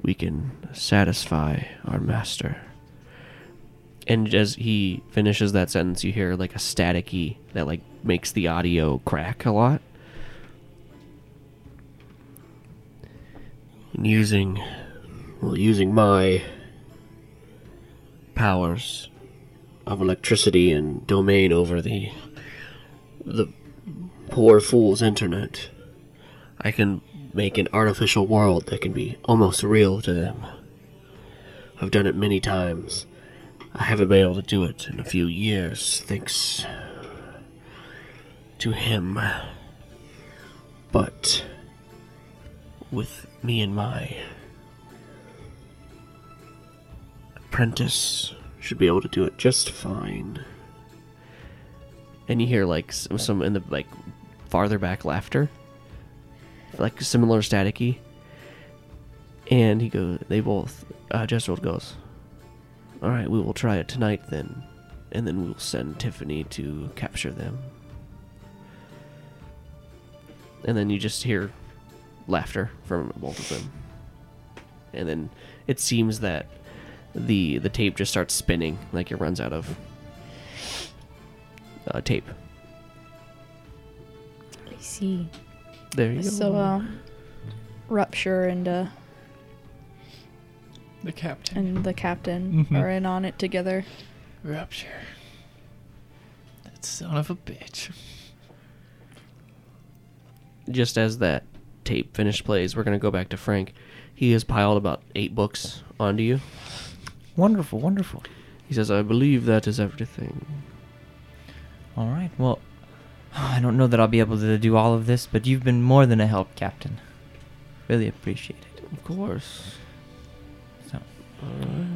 we can satisfy our master and as he finishes that sentence, you hear like a staticky that like makes the audio crack a lot. And using, well, using my powers of electricity and domain over the the poor fool's internet, I can make an artificial world that can be almost real to them. I've done it many times. I haven't been able to do it in a few years, thanks to him. But with me and my apprentice, should be able to do it just fine. And you hear like s- some in the like farther back laughter, like similar staticky. And he goes, they both, uh, Jesrold goes, all right, we will try it tonight then, and then we'll send Tiffany to capture them. And then you just hear laughter from both of them. And then it seems that the the tape just starts spinning, like it runs out of uh, tape. I see. There you So, go. um, rupture and uh, The captain. and the captain Mm-hmm. Mhm. are in on it together. Rupture. That son of a bitch. just as that tape finished plays, we're gonna go back to Frank. He has piled about eight books onto you. Wonderful, wonderful. He says, "I believe that is everything." All right. Well, [sighs] I don't know that I'll be able to do all of this, but you've been more than a help, Captain. Really appreciate it. Of course. So,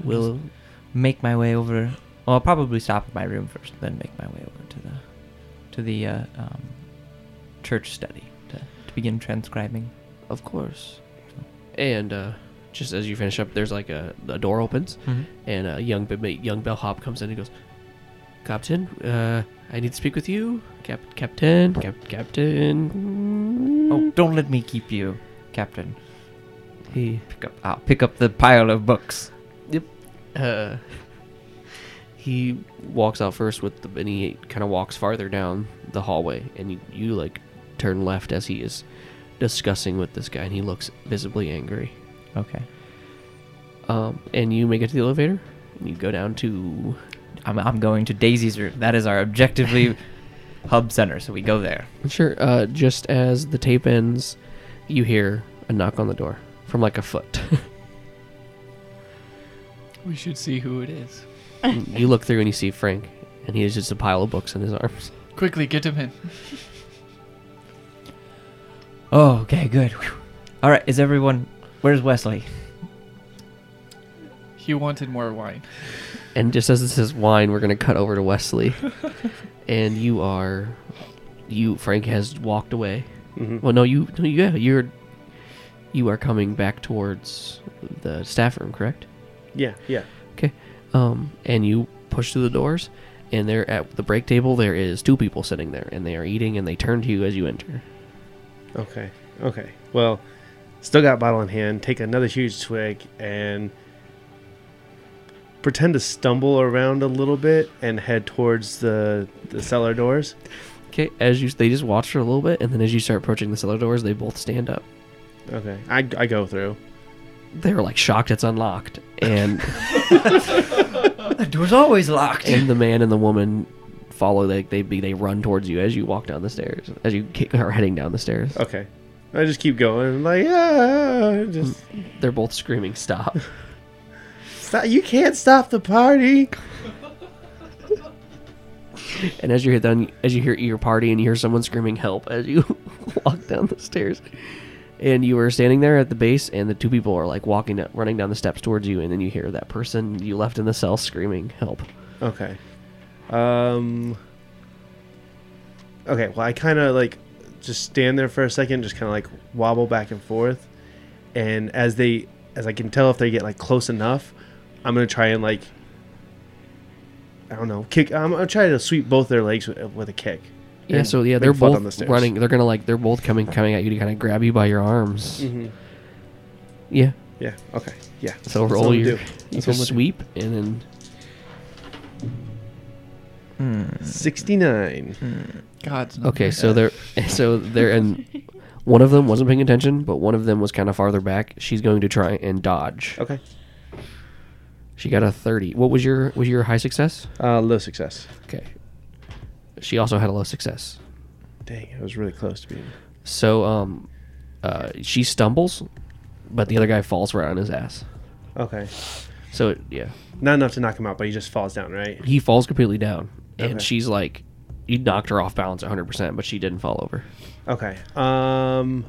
Will make my way over. Well, I'll probably stop at my room first, then make my way over to the to the uh, um, church study to, to begin transcribing. Of course. And uh, just as you finish up, there's like a the door opens, Mhm. and a young be- ma- young bellhop comes in and goes, "Captain, uh, I need to speak with you, Cap- Captain, Cap- Captain." Oh, don't let me keep you, Captain. he Pick up. I'll pick up the pile of books. uh, He walks out first with the, and he kind of walks farther down the hallway, and you, you like turn left as he is discussing with this guy, and he looks visibly angry. Okay. Um, and you make it to the elevator, and you go down to I'm, I'm going to Daisy's room. That is our [laughs] objectively hub center, so we go there. Sure. Uh, just as the tape ends, you hear a knock on the door from like a foot. We should see who it is. you look through and you see Frank, and he has just a pile of books in his arms. Quickly, get him in. Oh, okay, good. Whew. All right, is everyone. Where's Wesley? He wanted more wine. And just as this is wine, we're gonna cut over to Wesley, and you are, you Frank has walked away. Mhm. Well, no, you, no, yeah, you're, you are coming back towards the staff room, correct? Yeah, yeah. Okay. Um, and you push through the doors, and there at the break table there is two people sitting there, and they are eating, and they turn to you as you enter. Okay. Okay. Well, still got bottle in hand. Take another huge twig and pretend to stumble around a little bit and head towards the the cellar doors. Okay. As you, they just watch for a little bit, and then as you start approaching the cellar doors, they both stand up. Okay. I, I go through. They're like shocked it's unlocked, and The door's always locked. and the man and the woman follow. They they be they run towards you as you walk down the stairs, as you kick, are heading down the stairs. Okay. I just keep going. I'm like, ah, just They're both screaming, "Stop!" stop. You can't stop the party. and as you hear down, as you hear your party, and you hear someone screaming, "Help!" as you [laughs] walk down the stairs. And you are standing there at the base, and the two people are like walking, up, running down the steps towards you, and then you hear that person you left in the cell screaming, "Help!" Okay. Um. Okay. Well, I kind of like just stand there for a second, just kind of like wobble back and forth, and as they, as I can tell if they get like close enough, I'm gonna try and like, I don't know, kick. I'm gonna try to sweep both their legs with, with a kick. Yeah, and so yeah, make they're a foot both on the stairs. running. They're gonna like they're both coming coming at you to kind of grab you by your arms. Mhm. Yeah, Yeah. Okay. Yeah. so That's what roll I'm gonna your do. you can That's what I'm gonna do. sweep and then Sixty-nine. God's not okay. there. So they're [laughs] so they're and one of them wasn't paying attention, but one of them was kind of farther back. She's going to try and dodge. Okay. She got a thirty. What was your was your high success? Uh, low success. Okay. She also had a low success. Dang, I was really close to being. So um, uh, she stumbles, but the other guy falls right on his ass. Okay. So yeah, Not enough to knock him out, but he just falls down, right? he falls completely down, and Okay. she's like, "You knocked her off balance 100, percent but she didn't fall over." Okay. Um.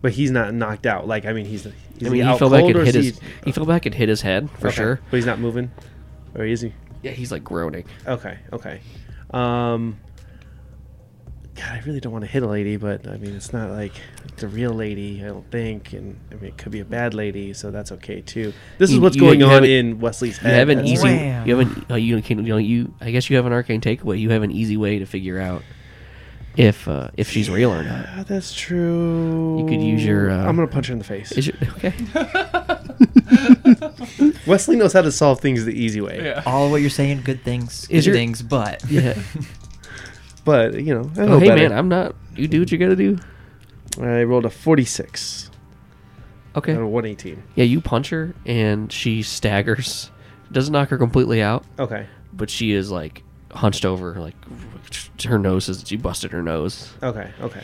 But he's not knocked out. Like I mean, he's. he's I mean, he out fell back cold and or hit is his. he- He fell back and hit his head for Okay, sure. But he's not moving, or is he? Yeah, he's like groaning. Okay. Okay. Um. God, I really don't want to hit a lady, but I mean, it's not like the real lady, I don't think, and I mean, it could be a bad lady, so that's okay too. This is You- what's you- going you have on an- in Wesley's You head. have an That's easy. all. Wham. You have an. Oh, you can. You, know, you. I guess you have an arcane takeaway. You have an easy way to figure out if uh, if she's real or not. Ah, that's true. You could use your, uh, I'm gonna punch her in the face. Is your, okay. Wesley knows how to solve things the easy way. Yeah. All what you're saying, good things, Is good your- things, but [laughs] [laughs] Yeah. But you know, I know Oh, hey better. man, I'm not. You do what you gotta do. I rolled a 46 Okay. out of 118. Yeah, you punch her and she staggers. Doesn't knock her completely out, Okay. but she is like hunched over, like her nose is she busted her nose. Okay. Okay.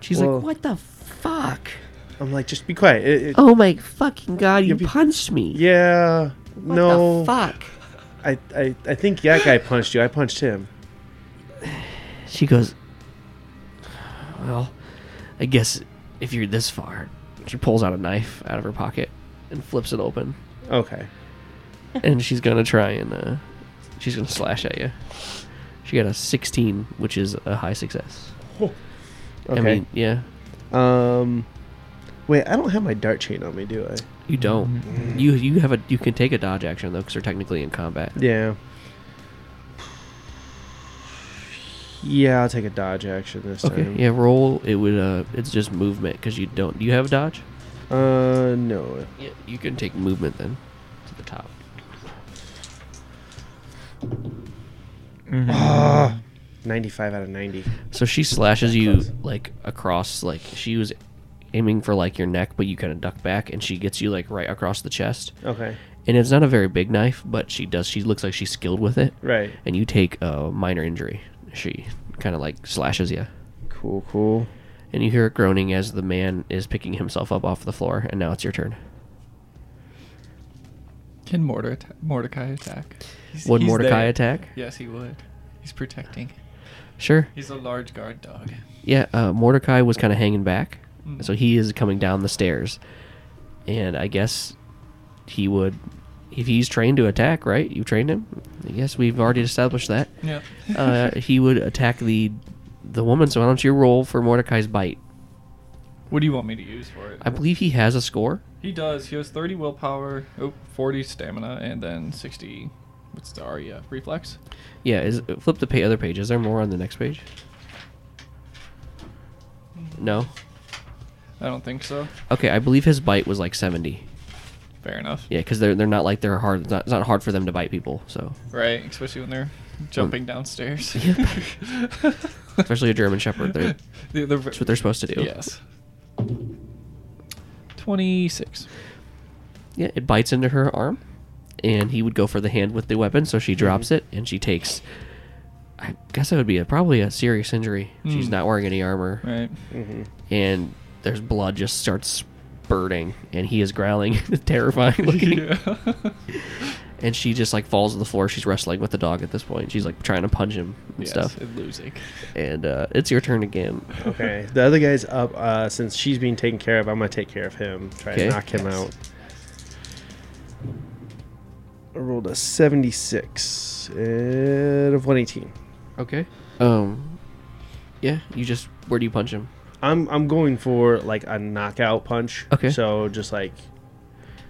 She's Well- like, "What the fuck? I'm like, just be quiet. It- it- Oh my fucking god, you Yeah, be- punched me! Yeah. what no. the fuck?" I, I I think that guy punched you. I punched him. She goes, "Well, I guess if you're this far," she pulls out a knife out of her pocket and flips it open, Okay. and she's gonna try and uh, she's gonna slash at you. She got a 16, which is a high success. Okay. I mean, yeah. um Wait, I don't have my dart chain on me, do I? You don't. You you have a you can take a dodge action though because they're technically in combat. Yeah. Yeah, I'll take a dodge action this Okay. time. Yeah. Roll. It would. Uh. It's just movement because you don't. Do you have dodge? Uh no. Yeah. You can take movement then to the top. Ninety-five out of ninety. So she slashes you like across, like she was aiming for like your neck, but you kind of duck back, and she gets you like right across the chest. Okay. And it's not a very big knife, but she does. She looks like she's skilled with it, Right. and you take a minor injury. She kind of like slashes you, Cool. Cool. and you hear it groaning as the man is picking himself up off the floor. And now it's your turn. Can Morde- Mordecai attack? He's- Would he's Mordecai there. attack? Yes, he would. He's protecting. Sure. He's a large [laughs] guard dog. Yeah, uh, Mordecai was kind of hanging back, Mm. so he is coming down the stairs, and I guess he would, if he's trained to attack, right? You trained him. I guess we've already established [laughs] that. Yeah. Uh, he would attack the the woman. So why don't you roll for Mordecai's bite? What do you want me to use for it? I believe he has a score. He does. He has 30 willpower, oh, 40 stamina, and then 60. What's the REF? Reflex? Yeah, is flip the pa- other page. Is there more on the next page? No. I don't think so. Okay, I believe his bite was like seventy. Fair enough. Yeah, because they're they're not like they're hard. It's not, it's not hard for them to bite people. So Right, especially when they're Hmm. jumping downstairs. especially a German Shepherd, they're, [laughs] The- the- that's what they're supposed to do. Yes. 26. Yeah, it bites into her arm, and he would go for the hand with the weapon, so she drops it, and she takes. I guess that would be a, probably a serious injury. She's Mm. not wearing any armor, Right. and there's blood just starts spurting, and he is growling, [laughs] terrifying looking. And she just like falls to the floor. She's wrestling with the dog at this point. She's like trying to punch him and Yes, stuff. and losing. And uh, it's your turn again. Okay. The other guy's up. Uh, since she's being taken care of, I'm gonna take care of him. Try Okay. and knock him out. I rolled a 76 out of 118. Okay. Um. Yeah, you just where do you punch him? I'm I'm going for like a knockout punch. Okay. So just like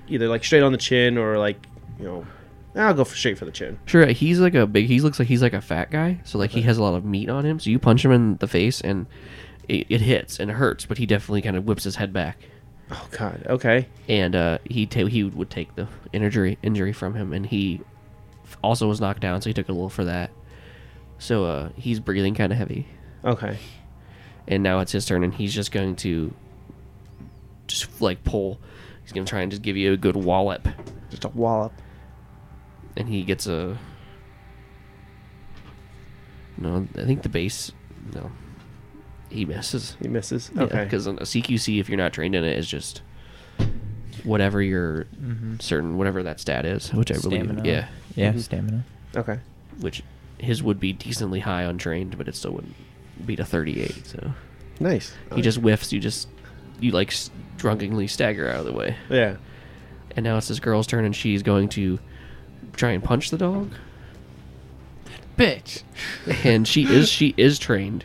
either like straight on the chin or like you know I'll go for straight for the chin. Sure, he's like a big. He looks like he's like a fat guy, so like he has a lot of meat on him. So you punch him in the face, and it, it hits and it hurts, but he definitely kind of whips his head back, Oh God. Okay. and uh, he ta- he would take the injury injury from him, and he f- also was knocked down, so he took a little for that. So uh, he's breathing kind of heavy, Okay. and now it's his turn, and he's just going to just like pull. He's gonna try and just give you a good wallop, Just a wallop. and he gets a. No, I think the base. No, he misses. He misses. Yeah, Okay. because a CQC, if you're not trained in it, is just whatever your certain whatever that stat is, which I believe, Stamina. yeah, Yeah, Mm-hmm. Mhm. stamina. okay. which his would be decently high untrained, but it still wouldn't beat a 38. So Nice. he just whiffs. You just you like s- drunkenly stagger out of the way, Yeah. and now it's this girl's turn, and she's going to try and punch the dog. Bitch. and she is she is trained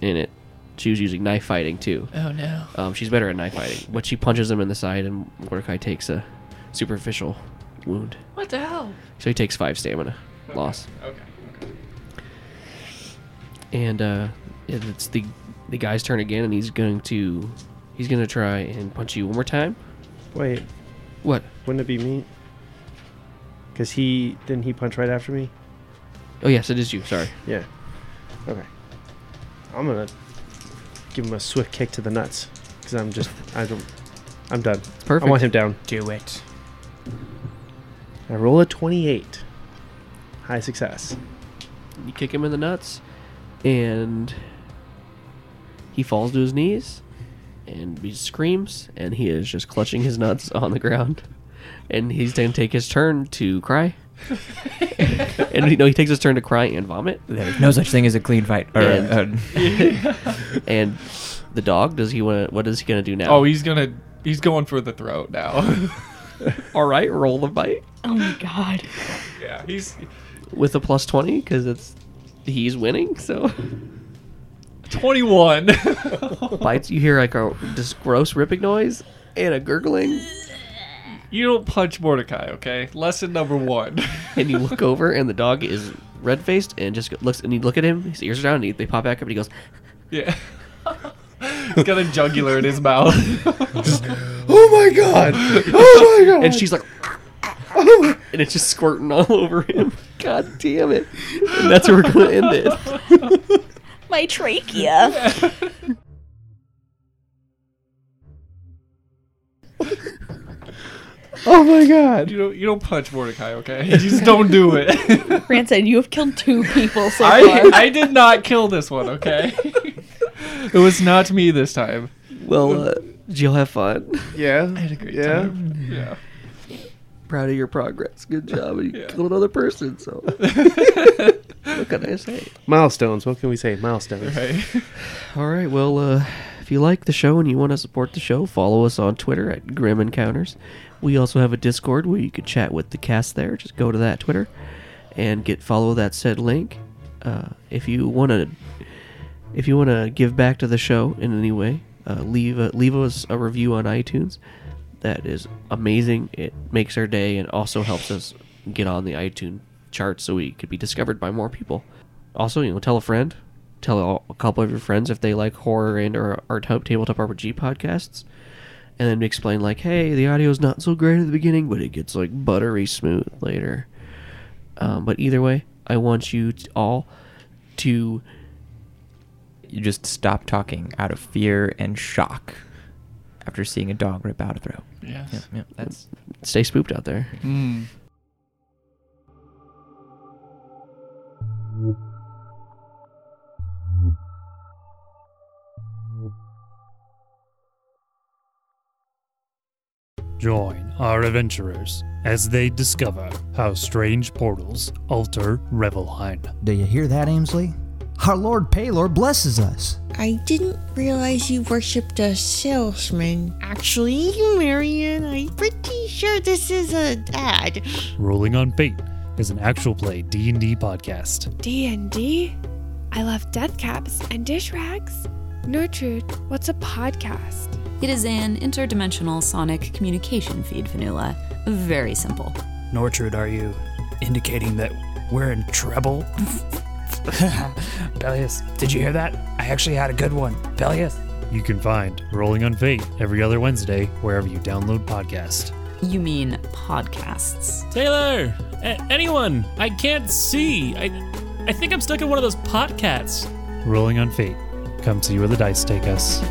in it. She was using knife fighting too. Oh no. Um, she's better at knife fighting, but she punches him in the side, and Mordecai takes a superficial wound. What the hell? So he takes five stamina loss, Okay. okay. and uh, it- it's the the guy's turn again, and he's going to he's going to try and punch you one more time. Wait. What? Wouldn't it be me? Cause he didn't he punch right after me? Oh yes, it is you. Sorry. Yeah. Okay. I'm gonna give him a swift kick to the nuts. Cause I'm just I don't I'm done. Perfect. I want him down. Do it. I roll a 28. High success. You kick him in the nuts, and he falls to his knees, and he screams, and he is just clutching his nuts [laughs] on the ground, and he's going to take his turn to cry. [laughs] and he, no, he takes his turn to cry and vomit. There's no such thing as a clean fight. Or, And- uh, [laughs] And the dog does he want? to What is he going to do now? Oh, he's gonna. He's going for the throat now. [laughs] all right. Roll the bite Oh my god. yeah, he's with a plus twenty because it's he's winning. So [laughs] 21. bites. You hear like a this gross ripping noise and a gurgling. [laughs] you don't punch Mordecai, okay? Lesson number one. [laughs] and you look over and the dog is red faced and just looks and you look at him his ears are down and he, they pop back up and he goes yeah. [laughs] he's got a jugular [laughs] in his mouth. Oh my god! Oh my god! [laughs] and she's like [laughs] and it's just squirting all over him. God damn it! And that's where we're gonna end it. [laughs] My trachea. [laughs] Oh my god. You don't you don't punch Mordecai, okay? You just don't [laughs] do it. Grant said, "You have killed two people so [laughs] I far." I did not kill this [laughs] one, okay? it was not me this time. Well, uh, Jill, have fun. Yeah. I had a great Yeah. time. Yeah. Proud of your progress. Good job. And you Yeah. killed another person. So what can I say? Milestones. What can we say? Milestones. Right. All right. Well, uh, if you like the show and you want to support the show, follow us on Twitter at Grim Encounters. We also have a Discord where you can chat with the cast there. Just go to that Twitter and get follow that said link. Uh, if you want to, if you want to give back to the show in any way, uh, leave a, leave us a review on iTunes. That is amazing. It makes our day and also helps us get on the iTunes chart so we could be discovered by more people. Also, you know, tell a friend, tell a- a couple of your friends if they like horror and or our top tabletop RPG podcasts, and then explain like, hey, the audio's not so great at the beginning, but it gets like buttery smooth later. Um, but either way, I want you t- all to You just stop talking out of fear and shock after seeing a dog rip out a throat. Yes. Yeah, yeah, that's stay spooked out there. Mm. Join our adventurers as they discover how strange portals alter Revelheim. Do you hear that, Ainsley? Our Lord Paylor blesses us. I didn't realize you worshipped a salesman. Actually, Marion, I'm pretty sure this is an ad. Rolling on Fate is an actual play D&D podcast. D&D? I love death caps and dish rags. Gertrude, what's a podcast? It is an interdimensional sonic communication feed, Vanilla. Very simple. Nortrude, are you indicating that we're in trouble? Bellius, did you hear that? I actually had a good one. Bellius? You can find Rolling on Fate every other Wednesday wherever you download podcast. You mean podcasts. Taylor, anyone, I can't see. I I think I'm stuck in one of those podcasts. Rolling on Fate. Come see where the dice take us.